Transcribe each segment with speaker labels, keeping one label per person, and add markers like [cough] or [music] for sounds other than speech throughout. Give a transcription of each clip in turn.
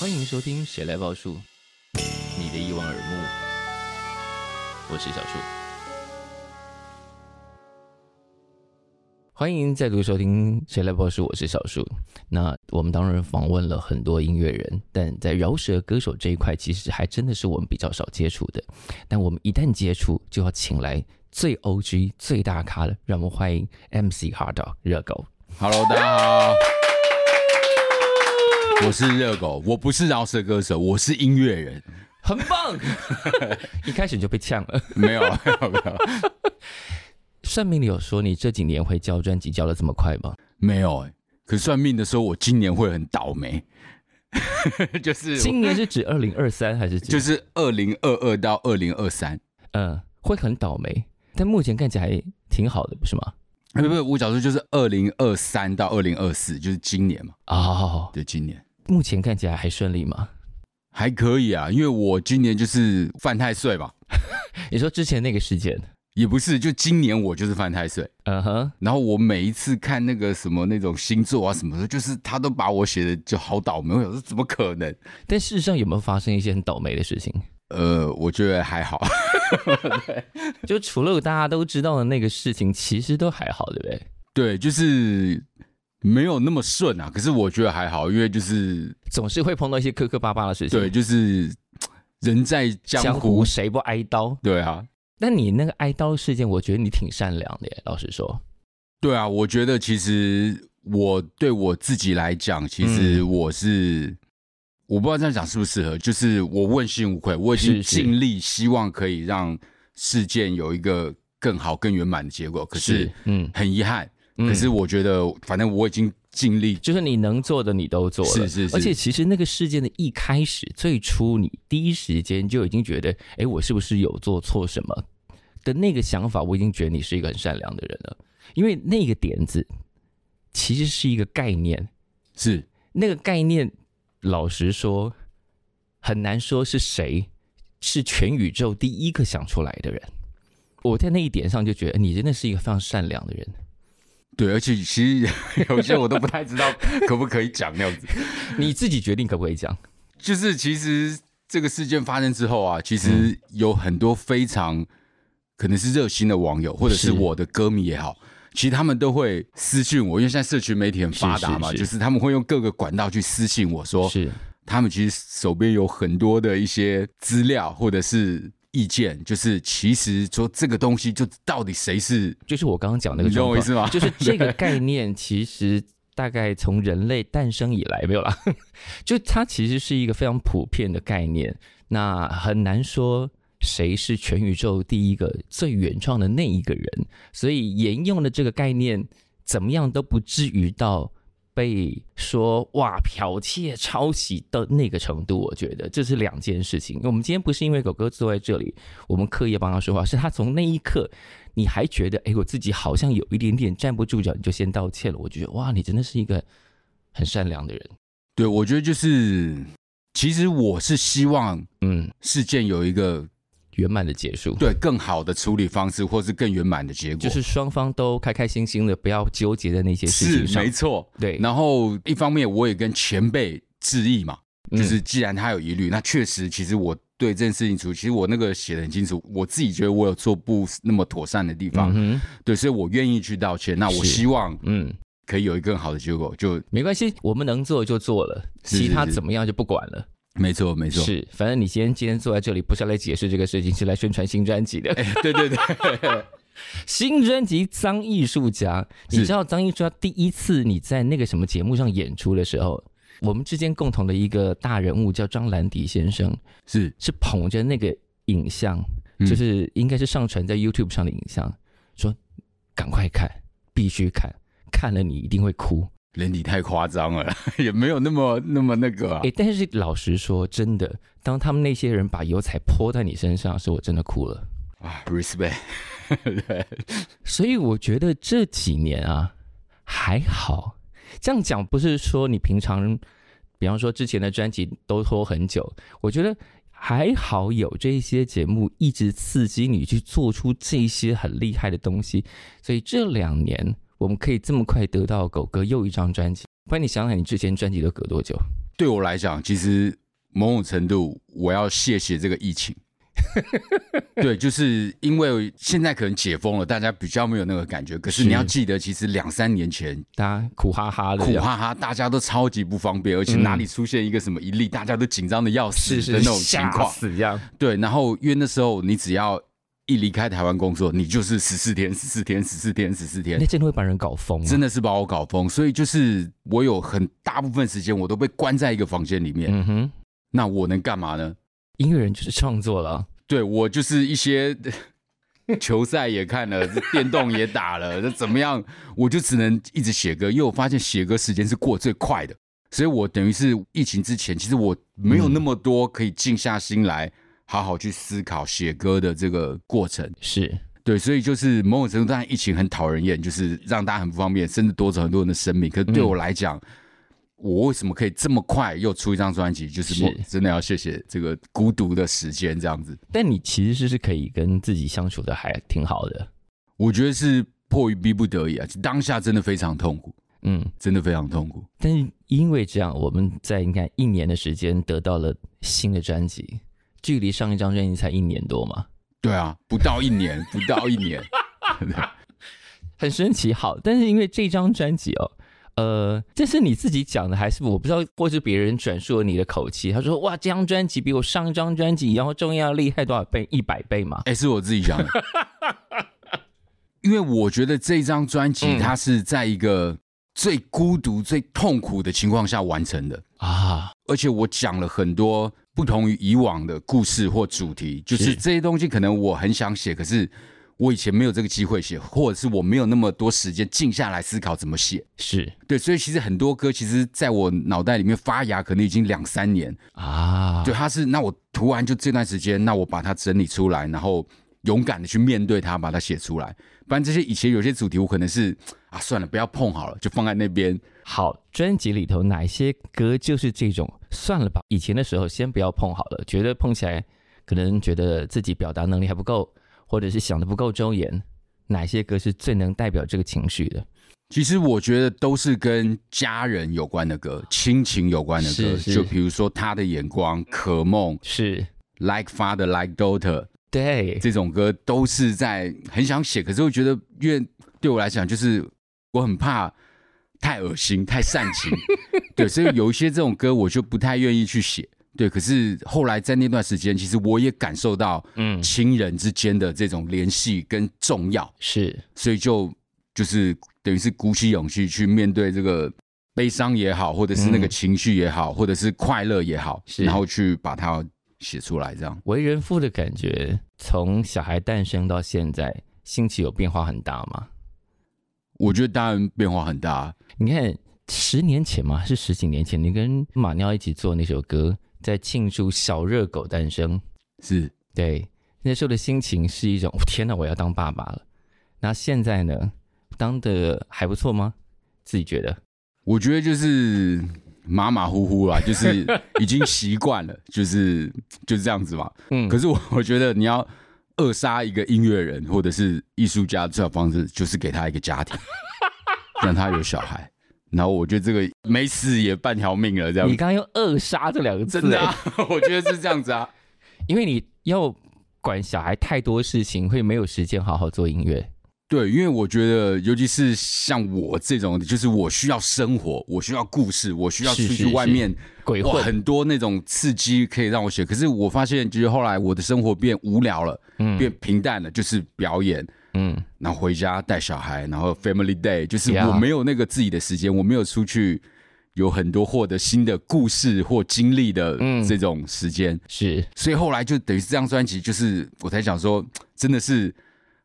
Speaker 1: 欢迎收听《谁来报数》，你的一望而目，我是小树。欢迎再度收听《谁来报数》，我是小树。那我们当然访问了很多音乐人，但在饶舌歌手这一块，其实还真的是我们比较少接触的。但我们一旦接触，就要请来最 OG、最大咖的，让我们欢迎 MC Hard Dog 热狗。
Speaker 2: Hello，大家好，我是热狗，我不是饶舌歌手，我是音乐人。
Speaker 1: 很棒， [laughs] 一开始你就被呛了。
Speaker 2: 没有，没有，没有，
Speaker 1: 算命里有说你这几年会交专辑交的这么快吗？
Speaker 2: 没有、欸。可算命的时候，我今年会很倒霉， [laughs] 就是
Speaker 1: 今年是指二零二三 [laughs] 还是指？
Speaker 2: 就是二零二二到二零二三。
Speaker 1: 嗯、会很倒霉，但目前看起来挺好的，不是吗？
Speaker 2: 哎不不，我假如就是二零二三到二零二四，就是今年嘛。
Speaker 1: 哦，
Speaker 2: 对，今年
Speaker 1: 目前看起来还顺利吗？
Speaker 2: 还可以啊，因为我今年就是犯太岁嘛，
Speaker 1: 你说之前那个事件，
Speaker 2: 也不是，就今年我就是犯太岁。
Speaker 1: 嗯哼，
Speaker 2: 然后我每一次看那个什么那种星座啊什么的，就是他都把我写的就好倒霉，我想说怎么可能？
Speaker 1: 但事实上有没有发生一些很倒霉的事情？
Speaker 2: 呃，我觉得还好，
Speaker 1: 就除了大家都知道的那个事情，其实都还好，对不对？
Speaker 2: [laughs] 对，就是没有那么顺啊，可是我觉得还好，因为就是
Speaker 1: 总是会碰到一些磕磕巴巴的事情。
Speaker 2: 对，，就是人在江湖，
Speaker 1: 江湖谁不挨刀？
Speaker 2: 对啊，
Speaker 1: 但你那个挨刀事件，我觉得你挺善良的耶，老实说。
Speaker 2: 对啊，我觉得其实我对我自己来讲，其实
Speaker 1: 嗯
Speaker 2: 我是、我不知道这样讲适不适合，就是我问心无愧，我已
Speaker 1: 是
Speaker 2: 经
Speaker 1: 是
Speaker 2: 尽力，希望可以让事件有一个更好、更圆满的结果。可是，
Speaker 1: 嗯，
Speaker 2: 很遗憾，
Speaker 1: 嗯
Speaker 2: 可是我觉得反正我已经尽力。
Speaker 1: 就是你能做的你都做了，
Speaker 2: 是是是
Speaker 1: 而且其实那个事件的一开始，最初你第一时间就已经觉得，哎，我是不是有做错什么的那个想法，我已经觉得你是一个很善良的人了，因为那个点子其实是一个概念，
Speaker 2: 是
Speaker 1: 那个概念老实说很难说是谁是全宇宙第一个想出来的人。我在那一点上就觉得你真的是一个非常善良的人，
Speaker 2: 对，而且其实 [laughs] 有些我都不太知道可不可以讲那样子。
Speaker 1: [laughs] 你自己决定可不可以讲？
Speaker 2: 就是其实这个事件发生之后啊，
Speaker 1: 嗯
Speaker 2: 其实有很多非常可能是热心的网友，或者是
Speaker 1: 是
Speaker 2: 我的歌迷也好，其实他们都会私信我，因为现在社群媒体很发达嘛，
Speaker 1: 是是是
Speaker 2: 就是他们会用各个管道去私信我说，
Speaker 1: 是，
Speaker 2: 他们其实手边有很多的一些资料或者是意见，就是其实说这个东西就到底谁是
Speaker 1: 就是我刚刚啊讲那个
Speaker 2: 你懂
Speaker 1: 状
Speaker 2: 我
Speaker 1: 况，
Speaker 2: 意思吗
Speaker 1: [laughs] 就是这个概念其实大概从人类诞生以来没有啦， [laughs] 就它其实是一个非常普遍的概念，那很难说。谁是全宇宙第一个最原创的那一个人？所以沿用了这个概念，怎么样都不至于到被说哇剽窃、抄袭的那个程度。我觉得这是两件事情。我们今天不是因为狗哥坐在这里，我们刻意帮他说话，是他从那一刻你还觉得，哎，我自己好像有一点点站不住脚，你就先道歉了。我就觉得，哇，你真的是一个很善良的人。
Speaker 2: 对，我觉得就是其实我是希望
Speaker 1: 嗯，
Speaker 2: 事件有一个
Speaker 1: 圆满的结束，，
Speaker 2: 对更好的处理方式，或是更圆满的结果，
Speaker 1: 就是双方都开开心心的，不要纠结在那些事情
Speaker 2: 是
Speaker 1: 上
Speaker 2: 没。错。
Speaker 1: 对，嗯
Speaker 2: 然后一方面我也跟前辈致意嘛，
Speaker 1: 嗯
Speaker 2: 就是既然他有疑虑，那确实其实我对这件事情处，其实我那个写的很清楚，我自己觉得我有做不那么妥善的地方，
Speaker 1: 嗯哼，
Speaker 2: 对，所以我愿意去道歉。那
Speaker 1: 是
Speaker 2: 我希望
Speaker 1: 嗯，
Speaker 2: 可以有一个更好的结果，就
Speaker 1: 没关系，我们能做就做了，
Speaker 2: 是
Speaker 1: 其他
Speaker 2: 是是
Speaker 1: 怎么样就不管了。
Speaker 2: 没错没错。
Speaker 1: 是，反正你今天今天坐在这里，不是来解释这个事情，是来宣传新专辑的。
Speaker 2: [laughs] 哎，对对对，
Speaker 1: [laughs] 新专辑《脏艺术家》，你
Speaker 2: 是
Speaker 1: 知道脏艺术家第一次你在那个什么节目上演出的时候，我们之间共同的一个大人物叫张兰迪先生，
Speaker 2: 是
Speaker 1: 是捧着那个影像，
Speaker 2: 嗯
Speaker 1: 就是应该是上传在 YouTube 上的影像，说赶快看，必须看，看了你一定会哭。
Speaker 2: 人体太夸张了， [laughs] 也没有那么那么那个啊
Speaker 1: 诶，但是老实说，真的，当他们那些人把油彩泼在你身上的时，候，我真的哭了。
Speaker 2: 啊，respect，对，
Speaker 1: 所以我觉得这几年啊还好。这样讲不是说你平常，比方说之前的专辑都拖很久，我觉得还好有这一些节目一直刺激你去做出这些很厉害的东西，所以这两年我们可以这么快得到狗哥又一张
Speaker 2: [laughs]
Speaker 1: 专辑。不然你想想，你之前专辑都隔多久？
Speaker 2: 对我来讲，其实某种程度我要谢谢这个疫情。对，就是因为现在可能解封了，大家比较没有那个感觉。可是
Speaker 1: 是
Speaker 2: 你要记得，其实两三年前
Speaker 1: 大家苦哈哈的，
Speaker 2: 苦哈哈，大家都超级不方便，而且哪里出现一个什么一例，大家都紧张的要死
Speaker 1: 嗯是是
Speaker 2: 的那种情
Speaker 1: 吓
Speaker 2: 况。
Speaker 1: 死一样。
Speaker 2: 对，然后因为那时候你只要一离开台湾工作，你就是十四天、十四天、十四天、十四天
Speaker 1: 那，真的会把人搞疯、啊，
Speaker 2: 真
Speaker 1: 的。
Speaker 2: 的是把我搞疯。所以就是我有很大部分时间我都被关在一个房间里面，
Speaker 1: 嗯哼，
Speaker 2: 那我能干嘛呢？
Speaker 1: 音乐人就是创作了，
Speaker 2: 对我就是一些 [laughs] 球赛也看了，电动也打了，那怎么样？我就只能一直写歌，因为我发现写歌时间是过最快的，所以我等于是疫情之前，其实我没有那么多可以静下心来好好去思考写歌的这个过程。
Speaker 1: 是
Speaker 2: 对，所以就是某种程度，当然疫情很讨人厌，就是让大家很不方便，甚至夺走很多人的生命。可是对我来讲，我为什么可以这么快又出一张专辑，就是我
Speaker 1: 是
Speaker 2: 真的要谢谢这个孤独的时间，这样子。
Speaker 1: 但你其实是可以跟自己相处的还挺好的。
Speaker 2: 我觉得是迫于逼不得已啊，当下真的非常痛苦，
Speaker 1: 嗯，
Speaker 2: 真的非常痛苦。
Speaker 1: 但是因为这样，我们在你看一年的时间得到了新的专辑，距离上一张专辑才一年多嘛，
Speaker 2: 对啊，不到一年， [laughs] 不到一年，
Speaker 1: 很神奇。好，但是因为这张专辑哦。呃，这是你自己讲的，还是我不知道，或是别人转述了你的口气？他说：“哇，这张专辑比我上一张专辑然后重要厉害多少倍？一百倍嘛。
Speaker 2: 哎、是我自己讲的。因为我觉得这张专辑
Speaker 1: 嗯
Speaker 2: 它是在一个最孤独、最痛苦的情况下完成的，”
Speaker 1: 啊，
Speaker 2: 而且我讲了很多不同于以往的故事或主题，就是
Speaker 1: 是
Speaker 2: 这些东西可能我很想写，可是我以前没有这个机会写，或者是我没有那么多时间静下来思考怎么写。
Speaker 1: 是
Speaker 2: 对，所以其实很多歌，其实在我脑袋里面发芽，可能已经两三年。
Speaker 1: 啊，
Speaker 2: 对，它是那我突然就这段时间，那我把它整理出来，然后勇敢的去面对它，把它写出来。不然这些以前有些主题，我可能是啊算了，不要碰好了，就放在那边。
Speaker 1: 好，专辑里头哪一些歌就是这种？算了吧，以前的时候先不要碰好了，觉得碰起来可能觉得自己表达能力还不够，或者是想的不够周延。哪些歌是最能代表这个情绪的？
Speaker 2: 其实我觉得都是跟家人有关的歌，亲情有关的歌，
Speaker 1: 是是
Speaker 2: 就比如说《他的眼光》《可梦》
Speaker 1: 是
Speaker 2: Like Father Like Daughter
Speaker 1: 对，
Speaker 2: 这种歌，都是在很想写，可是我觉得，因为对我来讲，就是我很怕太恶心、太煽
Speaker 1: [laughs]
Speaker 2: 情，对，所以有一些这种歌我就不太愿意去写。对，可是后来在那段时间，其实我也感受到
Speaker 1: 嗯，
Speaker 2: 亲人之间的这种联系跟重要，
Speaker 1: 是
Speaker 2: 所以就就是等于是鼓起勇气去面对这个悲伤也好，或者是那个
Speaker 1: 嗯
Speaker 2: 情绪也好，或者是快乐也好，
Speaker 1: 是
Speaker 2: 然后去把它写出来，这样。
Speaker 1: 为人父的感觉，从小孩诞生到现在，心情有变化很大吗？
Speaker 2: 我觉得当然变化很大，啊
Speaker 1: 你看，十年前嘛，是十几年前，你跟马尿一起做那首歌，在庆祝小热狗诞生。
Speaker 2: 是
Speaker 1: 对，那时候的心情是一种 [laughs] 哦天哪，我要当爸爸了。那现在呢，当的还不错吗？自己觉得
Speaker 2: 我觉得就是马马虎虎啦，就是已经习惯了，就是就是这样子嘛。
Speaker 1: 嗯
Speaker 2: 可是我我觉得你要扼杀一个音乐人或者是艺术家，最好方式就是给他一个家庭，让他有小孩。然后我觉得这个没死也半条命了，这样
Speaker 1: 你刚刚用“扼杀”这两个字，
Speaker 2: 真的、啊， [laughs] 我觉得是这样子啊。
Speaker 1: 哎因为你要管小孩太多事情，会没有时间好好做音乐。
Speaker 2: 对，因为我觉得，尤其是像我这种，就是我需要生活，我需要故事，我需要出
Speaker 1: 是
Speaker 2: 去
Speaker 1: 是
Speaker 2: 外
Speaker 1: 是
Speaker 2: 面
Speaker 1: 鬼
Speaker 2: 哇，
Speaker 1: 混，
Speaker 2: 很多那种刺激可以让我写。可是我发现，就是后来我的生活变无聊了，变
Speaker 1: 嗯
Speaker 2: 平淡了，就是表演，
Speaker 1: 嗯，
Speaker 2: 然后回家带小孩，然后 family day，就是我
Speaker 1: Yeah
Speaker 2: 没有那个自己的时间，我没有出去有很多获得新的故事或经历的
Speaker 1: 嗯
Speaker 2: 这种时间。
Speaker 1: 是
Speaker 2: 所以后来就等于是这张专辑，就是我才想说，真的是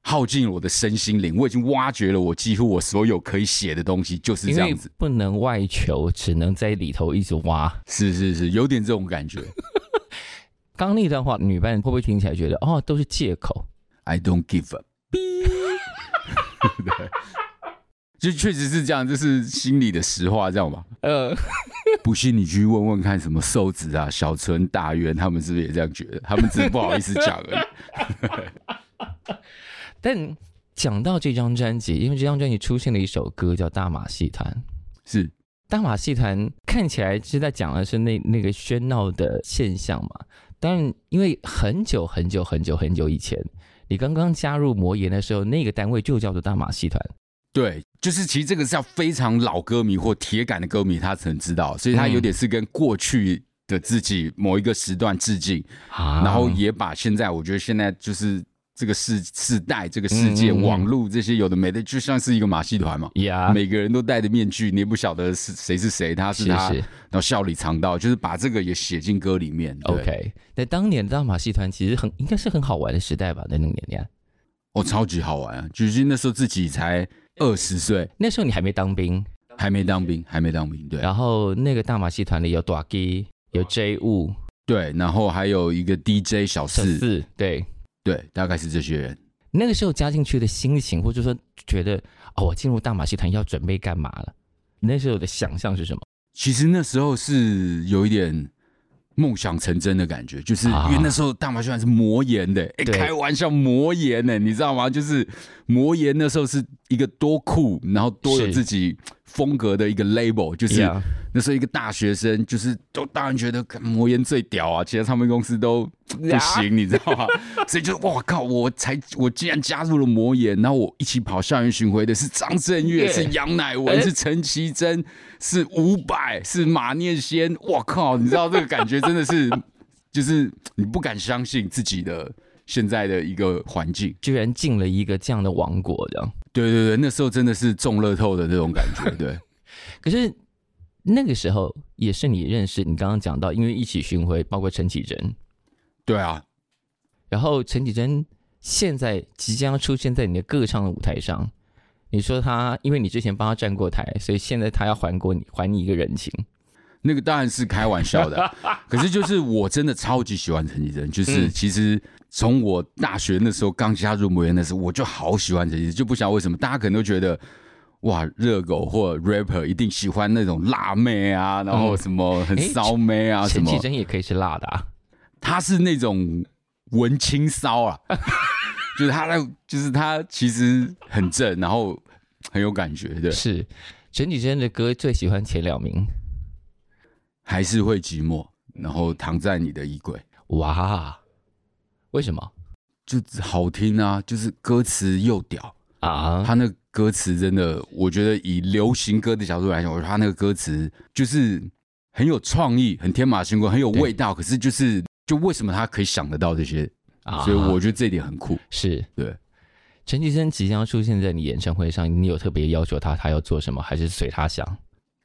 Speaker 2: 耗尽了我的身心灵。我已经挖掘了我几乎我所有可以写的东西，就是
Speaker 1: 因
Speaker 2: 这
Speaker 1: 为
Speaker 2: 样子。
Speaker 1: 不能外求，只能在里头一直挖。
Speaker 2: 是是是，有点这种感觉。
Speaker 1: 刚刚那段话，女伴会不会听起来觉得哦，都是借口？
Speaker 2: I don't give up。对，就确实是这样，这是心里的实话，这样吧。
Speaker 1: [laughs] 呃，
Speaker 2: 不信你去问问看，什么瘦子啊、小纯、大渊，他们是不是也这样觉得？他们只是不好意思讲而
Speaker 1: [laughs]
Speaker 2: 已。
Speaker 1: 但讲到这张专辑，因为这张专辑出现了一首歌叫《大马戏团》，
Speaker 2: 是
Speaker 1: 大马戏团看起来是在讲的是那那个喧闹的现象嘛。但因为很久很久很久很久以前，你刚刚加入魔岩的时候，那个单位就叫做大马戏团。
Speaker 2: 对，就是其实这个是要非常老歌迷或铁杆的歌迷，他才能知道，所以他有点是跟过去的自己某一个时段致敬，
Speaker 1: 啊
Speaker 2: 然后也把现在我觉得现在就是这个世世代、这个世界、
Speaker 1: 嗯嗯嗯
Speaker 2: 网络这些有的没的，就像是一个马戏团嘛。
Speaker 1: 呀，
Speaker 2: 每个人都戴着面具，你也不晓得是谁是谁，他是
Speaker 1: 是
Speaker 2: 他，
Speaker 1: 是
Speaker 2: 然后笑里藏刀，就是把这个也写进歌里面。对
Speaker 1: OK。那当年的大马戏团其实很应该是很好玩的时代吧，在那个年代。
Speaker 2: 哦，超级好玩啊！就是那时候自己才二十岁，
Speaker 1: 那时候你还没当兵，
Speaker 2: 还没当兵，还没当兵，对
Speaker 1: 然后那个大马戏团里有 d a g 有 J 物、
Speaker 2: 对，然后还有一个 DJ
Speaker 1: 小
Speaker 2: 小四，
Speaker 1: 四，对，
Speaker 2: 对，大概是这些人。
Speaker 1: 那个时候加进去的心情，或者说觉得哦，我进入大马戏团要准备干嘛了？那时候的想象是什么？
Speaker 2: 其实那时候是有一点梦想成真的感觉，就是因
Speaker 1: 啊
Speaker 2: 为那时候大麻将是魔岩的、哎、
Speaker 1: 对
Speaker 2: 开玩笑魔岩呢、你知道吗？就是魔岩那时候是一个多酷，然后多有
Speaker 1: 是
Speaker 2: 自己风格的一个 label，就是
Speaker 1: Yeah，
Speaker 2: 那时候一个大学生，就是都当然觉得干魔岩最屌啊，其他唱片公司都不行，你知道吗？ [laughs] 所以就哇靠，我才我竟然加入了魔岩，然后我一起跑校园巡回的是张震岳，
Speaker 1: Yeah
Speaker 2: 是杨乃文，
Speaker 1: 哎
Speaker 2: 是陈绮贞，是伍佰，是马念先，我靠，你知道这个感觉真的是， [laughs] 就是你不敢相信自己的现在的一个环境。
Speaker 1: 居然进了一个这样的王国，这样。
Speaker 2: 对对对，那时候真的是中乐透的那种感觉，对。
Speaker 1: 可是那个时候也是你认识你刚刚讲到，因为一起巡回，包括陈绮贞，
Speaker 2: 对啊，
Speaker 1: 然后陈绮贞现在即将出现在你的歌唱的舞台上。你说她，因为你之前帮她站过台，所以现在她要还过你，还你一个人情。
Speaker 2: 那个当然是开玩
Speaker 1: [laughs]
Speaker 2: 笑的，可是就是我真的超级喜欢陈绮贞，就是
Speaker 1: 嗯
Speaker 2: 其实从我大学那时候刚加入魔岩的时候，我就好喜欢陈绮贞，就不晓得为什么大家可能都觉得。哇，热狗或 rapper 一定喜欢那种辣妹啊，然后什么很
Speaker 1: 诶
Speaker 2: 骚妹啊，什
Speaker 1: [laughs] 陈
Speaker 2: 么
Speaker 1: 绮贞也可以是辣的啊，
Speaker 2: 他是那种文青骚啊， [laughs] 就是他那，就是他其实很正，然后很有感觉，对，
Speaker 1: 是陈绮贞的歌最喜欢前两名。
Speaker 2: 还是会寂寞，然后躺在你的衣柜。
Speaker 1: 哇，为什么
Speaker 2: 就好听啊，就是歌词又屌，
Speaker 1: 啊？
Speaker 2: 他那个歌词真的，我觉得以流行歌的角度来讲，我觉得他那个歌词就是很有创意，很天马行空，很有味道。可是就是就为什么他可以想得到这些，
Speaker 1: 啊
Speaker 2: 所以我觉得这一点很酷。
Speaker 1: 是
Speaker 2: 对，
Speaker 1: 陈绮贞即将出现在你演唱会上，你有特别要求她，她要做什么，还是随她想？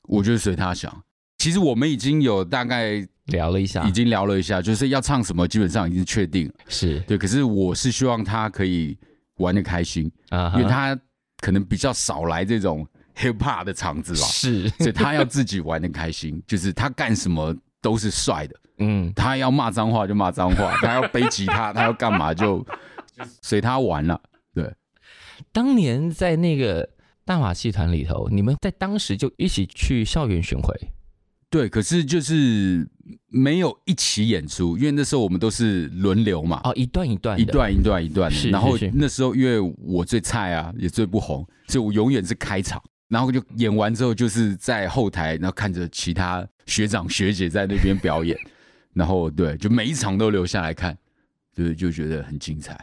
Speaker 2: 我觉得随他想。其实我们已经有大概已
Speaker 1: 聊了一下，
Speaker 2: 经聊了一下，就是要唱什么，基本上已经确定了。
Speaker 1: 是
Speaker 2: 对，可是我是希望他可以玩的开心，
Speaker 1: 啊哈，
Speaker 2: 因为他可能比较少来这种 hip hop 的场子吧。
Speaker 1: 是 [laughs]
Speaker 2: 所以他要自己玩的开心， [laughs] 就是他干什么都是帅的，
Speaker 1: 嗯，
Speaker 2: 他要骂脏话就骂脏话，他要背吉他，他要干嘛就随他玩了。
Speaker 1: 当年在那个大马戏团里头，你们在当时就一起去校园巡回，
Speaker 2: 对，可是就是没有一起演出，因为那时候我们都是轮流嘛，
Speaker 1: 哦，一段一段
Speaker 2: 一
Speaker 1: 的
Speaker 2: 段一段一段的。
Speaker 1: 是
Speaker 2: 然后
Speaker 1: 是是
Speaker 2: 那时候因为我最菜啊，也最不红，所以我永远是开场。然后就演完之后，就是在后台，然后看着其他学长学姐在那边
Speaker 1: [laughs]
Speaker 2: 表演，然后对，就每一场都留下来看，就是就觉得很精彩。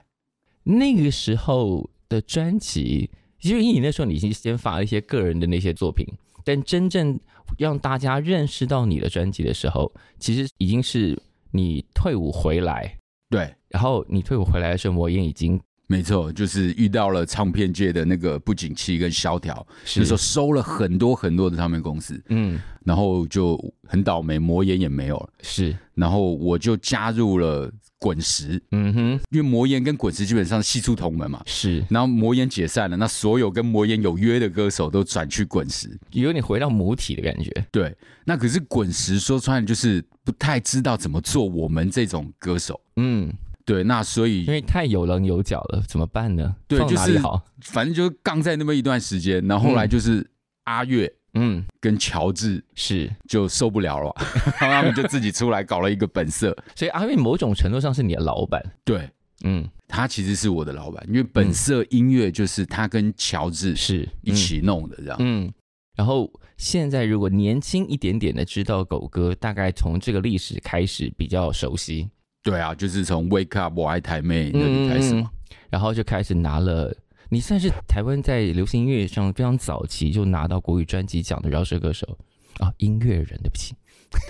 Speaker 1: 那个时候的专辑，因为你那时候你已经先发了一些个人的那些作品，但真正让大家认识到你的专辑的时候，其实已经是你退伍回来，
Speaker 2: 对，
Speaker 1: 然后你退伍回来的时候，魔岩已经
Speaker 2: 没错，就是遇到了唱片界的那个不景气跟萧条，
Speaker 1: 是
Speaker 2: 那时候收了很多很多的唱片公司，
Speaker 1: 嗯
Speaker 2: 然后就很倒霉，魔岩也没有了。
Speaker 1: 是
Speaker 2: 然后我就加入了滚石，
Speaker 1: 嗯哼
Speaker 2: 因为魔岩跟滚石基本上系出同门嘛。
Speaker 1: 是，
Speaker 2: 然后魔岩解散了，那所有跟魔岩有约的歌手都转去滚石。
Speaker 1: 有点回到母体的感觉，
Speaker 2: 对，那可是滚石说穿了就是不太知道怎么做我们这种歌手。
Speaker 1: 嗯，
Speaker 2: 对，那所以
Speaker 1: 因为太有棱有角了，怎么办呢？
Speaker 2: 对
Speaker 1: 放哪
Speaker 2: 就
Speaker 1: 里
Speaker 2: 是
Speaker 1: 好，
Speaker 2: 反正就杠在那么一段时间，然后后来就是阿月，
Speaker 1: 嗯，
Speaker 2: 跟乔治
Speaker 1: 是，
Speaker 2: 就受不了了， [laughs] 他们就自己出来搞了一个本色。
Speaker 1: 所以阿运某种程度上是你的老板，
Speaker 2: 对
Speaker 1: 嗯，
Speaker 2: 他其实是我的老板，因为本色音乐就是他跟乔治
Speaker 1: 是
Speaker 2: 一，起弄的，这样。
Speaker 1: 嗯，嗯然后现在如果年轻一点点的知道狗哥，大概从这个历史开始比较熟悉，
Speaker 2: 对啊，就是从 Wake Up 我爱台妹那
Speaker 1: 嗯
Speaker 2: 里开始嘛。
Speaker 1: 然后就开始拿了。你算是台湾在流行音乐上非常早期就拿到国语专辑奖的饶舌歌手啊，音乐人，对不起，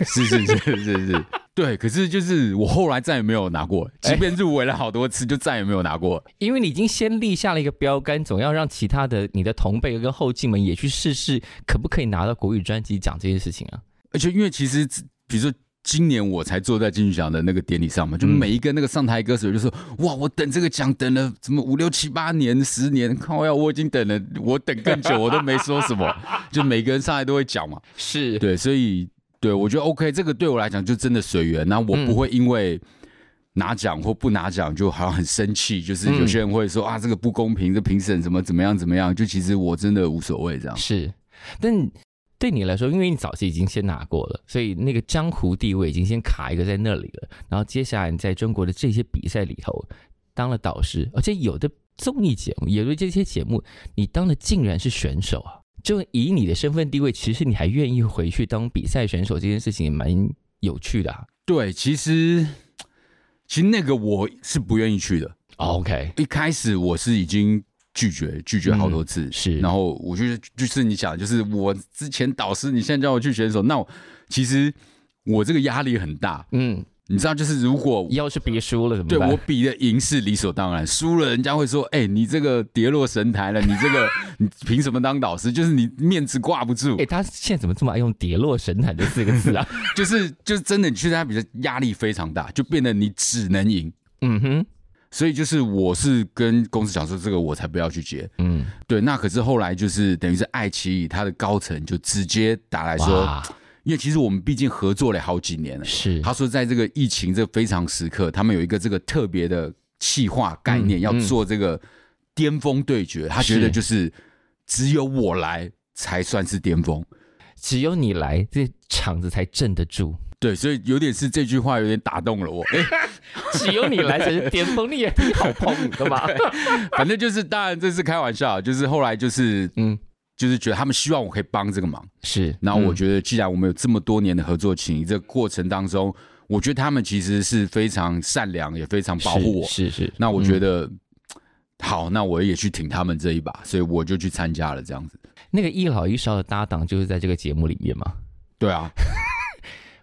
Speaker 2: 是是是是是，对。可是就是我后来再也没有拿过，即便入围了好多次，就再也没有拿过。
Speaker 1: 因为你已经先立下了一个标杆，总要让其他的你的同辈跟后进们也去试试，可不可以拿到国语专辑奖这件事情啊？
Speaker 2: 而且因为其实比如说。今年我才坐在金曲奖的那个典礼上嘛，就每一个那个上台歌手就说：“哇，我等这个奖等了怎么五六七八年、十年，靠呀，我已经等了，我等更久，我都没说什么。”就每个人上来都会讲嘛，
Speaker 1: 是，
Speaker 2: 对，所以对我觉得 OK，这个对我来讲就真的随缘。那我
Speaker 1: 嗯
Speaker 2: 不会因为拿奖或不拿奖就好像很生气，就是有些人会说啊，这个不公平，这评审怎么怎么样怎么样。就其实我真的无所谓这样。
Speaker 1: 是，但对你来说，因为你早期已经先拿过了，所以那个江湖地位已经先卡一个在那里了。然后接下来你在中国的这些比赛里头当了导师，而且有的综艺节目，有的这些节目，你当的竟然是选手啊！就以你的身份地位，其实你还愿意回去当比赛选手这件事情，也蛮有趣的、啊。
Speaker 2: 对，其实其实那个我是不愿意去的。
Speaker 1: OK，
Speaker 2: 一开始我是已经拒绝拒绝好多次，
Speaker 1: 是
Speaker 2: 然后我嗯就是就是你想，就是我之前导师，你现在叫我去选手，那我其实我这个压力很大，
Speaker 1: 嗯，
Speaker 2: 你知道，就是如果
Speaker 1: 要是别输了怎么
Speaker 2: 对
Speaker 1: 办？
Speaker 2: 我比的赢是理所当然，输了人家会说：“哎、你这个跌落神坛了，你这个 [laughs] 你凭什么当导师？就是你面子挂不住
Speaker 1: 哎、，他现在怎么这么爱用“跌落神坛”这四个字啊？ [laughs]
Speaker 2: 就是就是真的，你去参加比赛压力非常大，就变得你只能赢。
Speaker 1: 嗯哼，
Speaker 2: 所以就是我是跟公司讲说，这个我才不要去接。
Speaker 1: 嗯，
Speaker 2: 对，那可是后来就是等于是爱奇艺它的高层就直接打来说，
Speaker 1: 哇，
Speaker 2: 因为其实我们毕竟合作了好几年了，
Speaker 1: 是
Speaker 2: 他说，在这个疫情这非常时刻，他们有一个这个特别的企划概念，
Speaker 1: 嗯
Speaker 2: 要做这个巅峰对决。他觉得就是只有我来才算是巅峰。
Speaker 1: 只有你来，这场子才镇得住。
Speaker 2: 对，所以有点是这句话有点打动了我。哎、
Speaker 1: 只有你来才是巅峰，你也挺好碰的 [laughs] 嘛。
Speaker 2: 反正就是，当然这是开玩笑，就是后来就是
Speaker 1: 嗯，
Speaker 2: 就是觉得他们希望我可以帮这个忙。
Speaker 1: 是。
Speaker 2: 然后我觉得，既然我们有这么多年的合作情谊，这个过程当中，我觉得他们其实是非常善良，也非常
Speaker 1: 嗯
Speaker 2: 保护我。
Speaker 1: 是是是。
Speaker 2: 那我觉
Speaker 1: 嗯、
Speaker 2: 得、好，那我也去挺他们这一把，所以我就去参加了这样子。
Speaker 1: 那个一老一少的搭档就是在这个节目里面嘛。
Speaker 2: 对啊，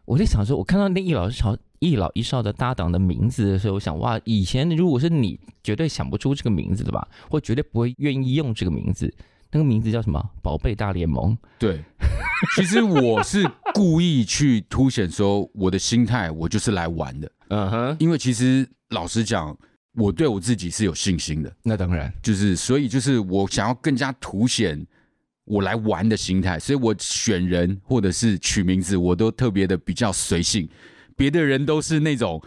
Speaker 1: 我在想说，我看到那一老一少一老一少的搭档的名字的时候，我想哇，以前如果是你，绝对想不出这个名字的吧，或绝对不会愿意用这个名字。那个名字叫什么？宝贝大联盟。
Speaker 2: 对，其实我是故意去凸显说我的心态，我就是来玩的。
Speaker 1: 嗯哼，
Speaker 2: 因为其实老实讲，我对我自己是有信心的，
Speaker 1: 那当然。
Speaker 2: 就是所以就是我想要更加凸显我来玩的心态，所以我选人或者是取名字，我都特别的比较随性，别的人都是那种。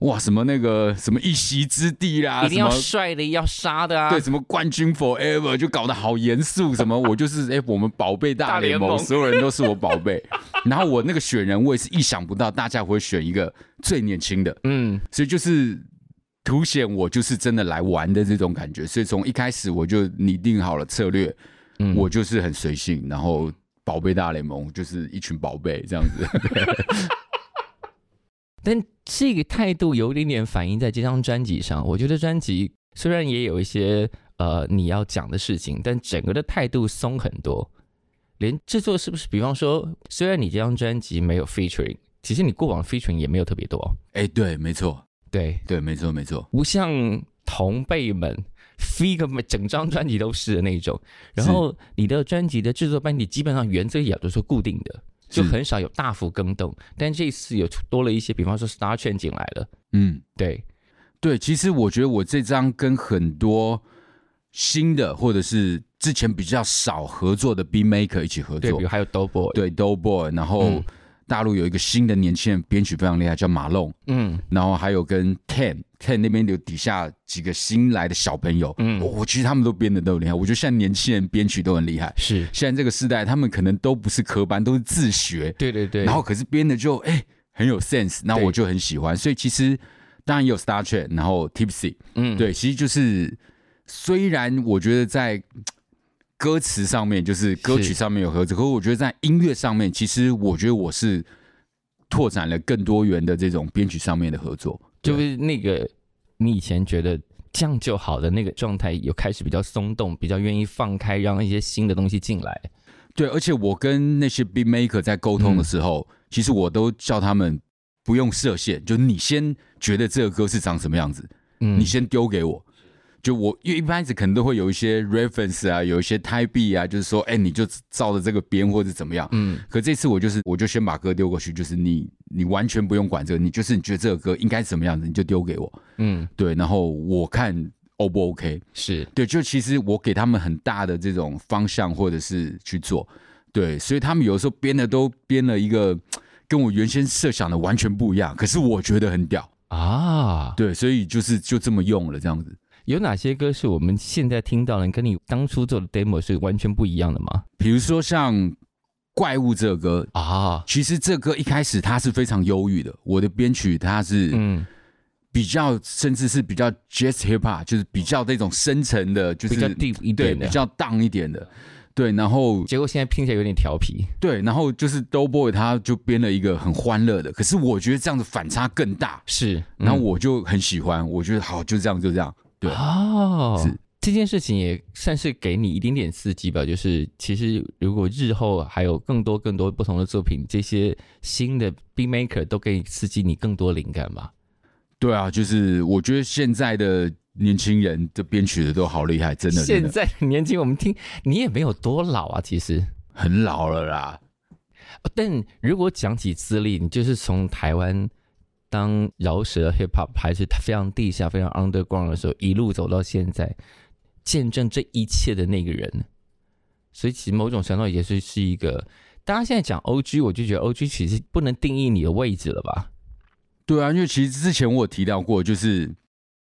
Speaker 2: 哇，什么那个什么一席之地啦，
Speaker 1: 一定要
Speaker 2: 啊什么
Speaker 1: 帅的，要杀的啊！
Speaker 2: 对，什么冠军 forever 就搞得好严肃，
Speaker 1: [laughs]
Speaker 2: 什么我就是哎、我们宝贝大
Speaker 1: 大联
Speaker 2: 联盟，
Speaker 1: 盟
Speaker 2: 所有人都是我宝贝。
Speaker 1: [laughs]
Speaker 2: 然后我那个选人，我也是意想不到，大家会选一个最年轻的，
Speaker 1: 嗯，
Speaker 2: 所以就是凸显我就是真的来玩的这种感觉。所以从一开始我就拟定好了策略，
Speaker 1: 嗯
Speaker 2: 我就是很随性，然后宝贝大联盟就是一群宝贝这
Speaker 1: [laughs]
Speaker 2: 样子。
Speaker 1: 但这个态度有一点点反映在这张专辑上。我觉得专辑虽然也有一些呃你要讲的事情，但整个的态度松很多。连制作是不是？比方说，虽然你这张专辑没有 featuring，其实你过往 featuring 也没有特别多。
Speaker 2: 哎、对，没错，
Speaker 1: 对，
Speaker 2: 对，没错，没错。
Speaker 1: 不像同辈们 fig 整张专辑都是的那种。然后你的专辑的制作班底基本上原则也都是固定的，就很少有大幅更动。但这一次有多了一些，比方说 Star 圈进来了，
Speaker 2: 嗯，
Speaker 1: 对，
Speaker 2: 对，其实我觉得我这张跟很多新的或者是之前比较少合作的 B Maker 一起合
Speaker 1: 对，比
Speaker 2: 作
Speaker 1: 如，还有 Doughboy，
Speaker 2: 对 Doughboy，然后
Speaker 1: 嗯
Speaker 2: 大陆有一个新的年轻人编曲非常厉害，叫马龙，
Speaker 1: 嗯
Speaker 2: 然后还有跟 Ken Ken 那边有底下几个新来的小朋友，
Speaker 1: 嗯
Speaker 2: 嗯，我其实他们都编的都很厉害，我觉得现在年轻人编曲都很厉害。
Speaker 1: 是，
Speaker 2: 现在这个时代，他们可能都不是科班，都是自学，
Speaker 1: 对对对，
Speaker 2: 然后可是编的就哎、很有 sense，那
Speaker 1: 对
Speaker 2: 我就很喜欢。所以其实当然也有 Star Trek，然后 Tipsy，
Speaker 1: 嗯
Speaker 2: 对，其实就是虽然我觉得在歌词上面，就是歌曲
Speaker 1: 是
Speaker 2: 上面有合作，可是我觉得在音乐上面，其实我觉得我是拓展了更多元的这种编曲上面的合作。
Speaker 1: 就是那个你以前觉得这样就好的那个状态，有开始比较松动，比较愿意放开，让一些新的东西进来。
Speaker 2: 对，而且我跟那些 beat maker 在沟通的
Speaker 1: 嗯
Speaker 2: 时候，其实我都叫他们不用设限，就你先觉得这个歌是长什么样子，
Speaker 1: 嗯
Speaker 2: 你先丢给我。就我，因为一般子可能都会有一些 reference 啊，有一些 type B 啊，就是说，哎、你就照着这个编或者怎么样。
Speaker 1: 嗯
Speaker 2: 可这次我就是，我就先把歌丢过去，就是你，你完全不用管这个，你就是你觉得这个歌应该怎么样子，你就丢给我。
Speaker 1: 嗯
Speaker 2: 对，然后我看 O 不 OK。
Speaker 1: 是
Speaker 2: 对，就其实我给他们很大的这种方向或者是去做，对，所以他们有时候编的都编了一个跟我原先设想的完全不一样，可是我觉得很屌，
Speaker 1: 啊，
Speaker 2: 对，所以就是就这么用了这样子。
Speaker 1: 有哪些歌是我们现在听到的，跟你当初做的 demo 是完全不一样的吗？
Speaker 2: 比如说像《怪物》这个歌，
Speaker 1: 啊，
Speaker 2: 其实这歌一开始它是非常忧郁的，我的编曲它是
Speaker 1: 嗯，
Speaker 2: 比较甚至是比较 jazz hip hop，就是比较那种深沉的，就是
Speaker 1: 比较 deep 一
Speaker 2: 对
Speaker 1: 点
Speaker 2: 比
Speaker 1: 的，
Speaker 2: 较 down 一点的，对，然后
Speaker 1: 结果现在听起来有点调皮。
Speaker 2: 对，然后就是 Doughboy 他就编了一个很欢乐的，可是我觉得这样子反差更大，
Speaker 1: 是，
Speaker 2: 然后我就很喜欢，我觉得好就这样就这样，对
Speaker 1: 哦，
Speaker 2: 是
Speaker 1: 这件事情也算是给你一点点刺激吧。就是其实如果日后还有更多更多不同的作品，这些新的 B maker 都可以刺激你更多灵感吧。
Speaker 2: 对啊，就是我觉得现在的年轻人的编曲的都好厉害，真的真
Speaker 1: 现
Speaker 2: 的
Speaker 1: 在的年轻，我们听你也没有多老啊，其实。
Speaker 2: 很老了啦，
Speaker 1: 但如果讲起资历，你就是从台湾当饶舌 hip hop 还是非常地下、非常 underground 的时候，一路走到现在，见证这一切的那个人，所以其实某种程度也是是一个。大家现在讲 O G，我就觉得 O G 其实不能定义你的位置了吧？
Speaker 2: 对啊，因为其实之前我有提到过，就是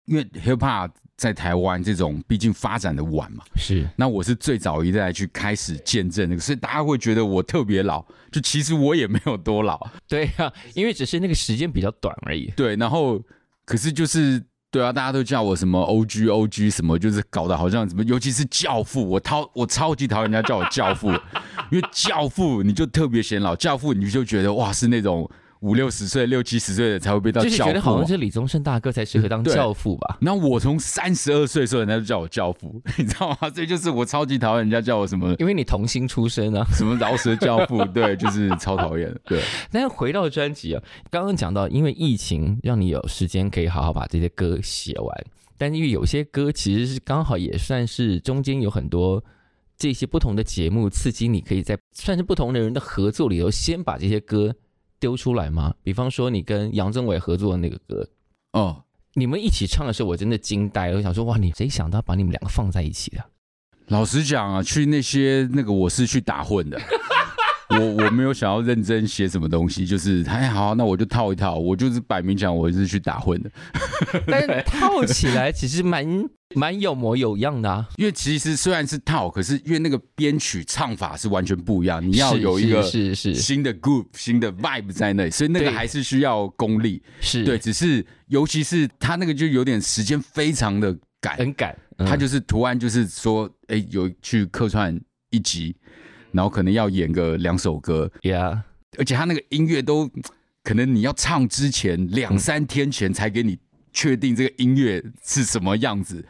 Speaker 2: 因为 hip hop 在台湾这种毕竟发展的晚嘛，
Speaker 1: 是
Speaker 2: 那我是最早一代去开始见证那个，所以大家会觉得我特别老，就其实我也没有多老， [laughs]
Speaker 1: 对啊，因为只是那个时间比较短而已。
Speaker 2: 对，然后可是就是对啊，大家都叫我什么 O G O G 什么，就是搞得好像什么，尤其是教父，我超我超级讨厌人家叫我教父， [laughs] 因为教父你就特别显老，教父你就觉得哇是那种五六十岁、六七十岁的才会被到
Speaker 1: 就是
Speaker 2: 教
Speaker 1: 觉得
Speaker 2: 父
Speaker 1: 好
Speaker 2: 啊、
Speaker 1: 像是李宗盛大哥才适合当
Speaker 2: 对
Speaker 1: 教父吧？
Speaker 2: 然后我从三十二岁的时候，人家就叫我教父， [laughs] 你知道吗？所以就是我超级讨厌人家叫我什么
Speaker 1: 因为你童星出身啊。
Speaker 2: 什么饶舌教父，对，就是超讨厌的。对，
Speaker 1: 但是回到专辑啊，刚刚讲到，因为疫情让你有时间可以好好把这些歌写完，但是因为有些歌其实是刚好也算是中间有很多这些不同的节目刺激你，可以在算是不同的人的合作里头先把这些歌丢出来嘛。比方说你跟杨宗纬合作的那个歌，
Speaker 2: 哦，
Speaker 1: 你们一起唱的时候，我真的惊呆了，我想说哇，你谁想到把你们两个放在一起的？ [laughs]
Speaker 2: 老实讲啊，去那些那个我是去打混的，我我没有想要认真写什么东西，就是哎好，那我就套一套，我就是摆明讲我是去打混的，
Speaker 1: 但是套起来其实蛮蛮有模有样的啊。
Speaker 2: 因为其实虽然是套，可是因为那个编曲唱法是完全不一样，你要
Speaker 1: 是
Speaker 2: 有一个
Speaker 1: 是是是
Speaker 2: 新的 group、新的 vibe 在那里，所以那个
Speaker 1: 对
Speaker 2: 还是需要功力，
Speaker 1: 是，
Speaker 2: 对，只是尤其是他那个就有点时间非常的赶，
Speaker 1: 很赶，嗯
Speaker 2: 他就是突然就是说，哎、有去客串一集，然后可能要演个两首歌，
Speaker 1: Yeah，
Speaker 2: 而且他那个音乐都可能你要唱之前两三天前才给你确定这个音乐是什么样子，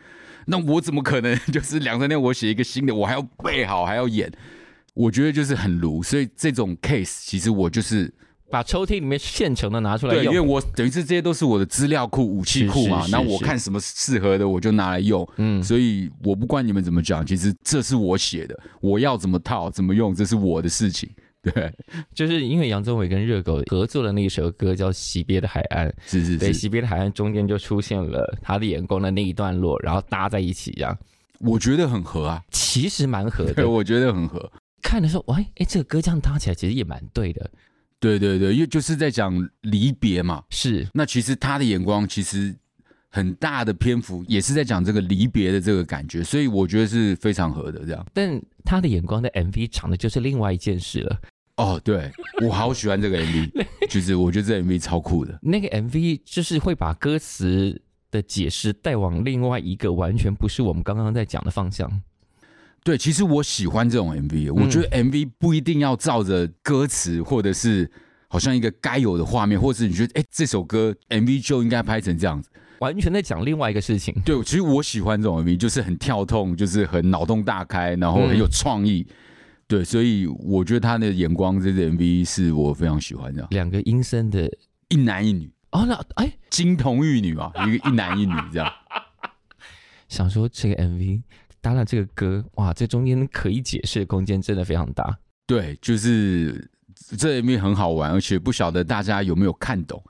Speaker 2: 那我怎么可能就是两三天我写一个新的，我还要背好还要演？我觉得就是很鲁，所以这种 case 其实我就是
Speaker 1: 把抽屉里面现成的拿出来
Speaker 2: 对，因为
Speaker 1: 用。
Speaker 2: 我等于是这些都是我的资料库、武器库嘛
Speaker 1: 是是，是
Speaker 2: 那我看什么适合的我就拿来用，
Speaker 1: 嗯，
Speaker 2: 所以我不管你们怎么讲，其实这是我写的，我要怎么套怎么用，这是我的事情。 [laughs] 对，
Speaker 1: 就是因为杨宗纬跟热狗合作的那一首歌叫《惜别的海岸》，
Speaker 2: 是是
Speaker 1: 对，《
Speaker 2: 是，
Speaker 1: 惜别的海岸》中间就出现了他的眼光的那一段落，然后搭在一起，这样
Speaker 2: 我觉得很合啊，
Speaker 1: 其实蛮合
Speaker 2: 对，
Speaker 1: 的。
Speaker 2: 我觉得很合。
Speaker 1: 看的时候，喂，哎，这个歌这样搭起来其实也蛮对的。
Speaker 2: 对对对，因为就是在讲离别嘛。
Speaker 1: 是
Speaker 2: 那其实他的眼光其实很大的篇幅也是在讲这个离别的这个感觉，所以我觉得是非常合的这样。
Speaker 1: 但他的眼光在 MV 讲的就是另外一件事了。
Speaker 2: 哦，对我好喜欢这个
Speaker 1: [laughs]
Speaker 2: MV，就是我觉得这 MV 超酷的。
Speaker 1: 那个 MV 就是会把歌词的解释带往另外一个完全不是我们刚刚在讲的方向。
Speaker 2: 对，其实我喜欢这种 MV，我觉得 MV 不一定要照着歌词，或者是好像一个该有的画面，或者是你觉得哎这首歌 MV 就应该拍成这样子。
Speaker 1: 完全在讲另外一个事情。
Speaker 2: 对，其实我喜欢这种 MV，就是很跳痛，就是很脑洞大开，然后很有创意。对，所以我觉得他的眼光这支 MV 是我非常喜欢的，
Speaker 1: 两个阴森的
Speaker 2: 一男一女，
Speaker 1: 哦，那哎，
Speaker 2: 金童玉女嘛，一个一男一女这样。
Speaker 1: 想说这个 MV 搭了这个歌，哇，这中间可以解释的空间真的非常大。
Speaker 2: 对，就是这 MV 很好玩，而且不晓得大家有没有看懂。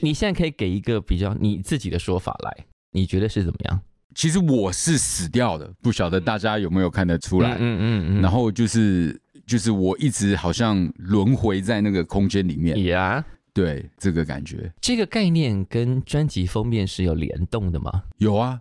Speaker 1: 你现在可以给一个比较你自己的说法来，你觉得是怎么样？
Speaker 2: 其实我是死掉的，不晓得大家有没有看得出来。
Speaker 1: 嗯
Speaker 2: 然
Speaker 1: 后
Speaker 2: 后就是就是我一直好像轮回在那个空间里面，
Speaker 1: 呀
Speaker 2: 对这个感觉。
Speaker 1: 这个概念跟专辑封面是有联动的吗？
Speaker 2: 有啊，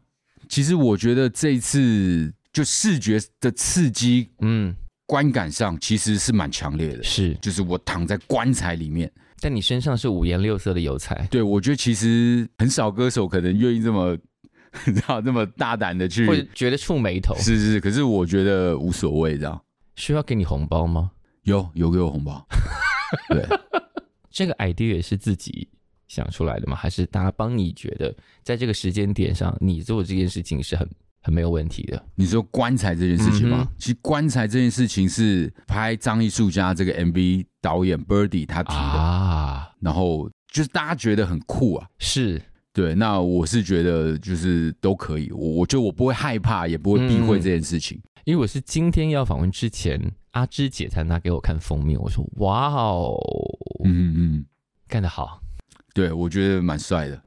Speaker 2: 其实我觉得这一次就视觉的刺激
Speaker 1: 嗯，
Speaker 2: 观感上其实是蛮强烈的，
Speaker 1: 是。
Speaker 2: 就是我躺在棺材里面。
Speaker 1: 但你身上是五颜六色的油菜，
Speaker 2: 对我觉得其实很少歌手可能愿意这么， [laughs] 你知道这么大胆的去，
Speaker 1: 或者觉得触眉头，
Speaker 2: 是是，可是我觉得无所谓这样。
Speaker 1: 需要给你红包吗？
Speaker 2: 有有给我红
Speaker 1: [laughs]
Speaker 2: 包，对，
Speaker 1: 这个 idea 是自己想出来的吗？还是大家帮你觉得在这个时间点上，你做这件事情是很很没有问题的？
Speaker 2: 你说棺材这件事情吗？
Speaker 1: 嗯哼
Speaker 2: 其实棺材这件事情是拍《张艺术家》这个 MV 导演 Birdy 他提的，
Speaker 1: 啊，
Speaker 2: 然后就是大家觉得很酷啊。
Speaker 1: 是
Speaker 2: 对，那我是觉得就是都可以，我我觉得我不会害怕，也不会避
Speaker 1: 嗯
Speaker 2: 讳这件事情。
Speaker 1: 因为我是今天要访问之前，阿芝姐才拿给我看封面，我说哇哦，
Speaker 2: 嗯嗯嗯，
Speaker 1: 干得好！
Speaker 2: 对我觉得蛮帅的。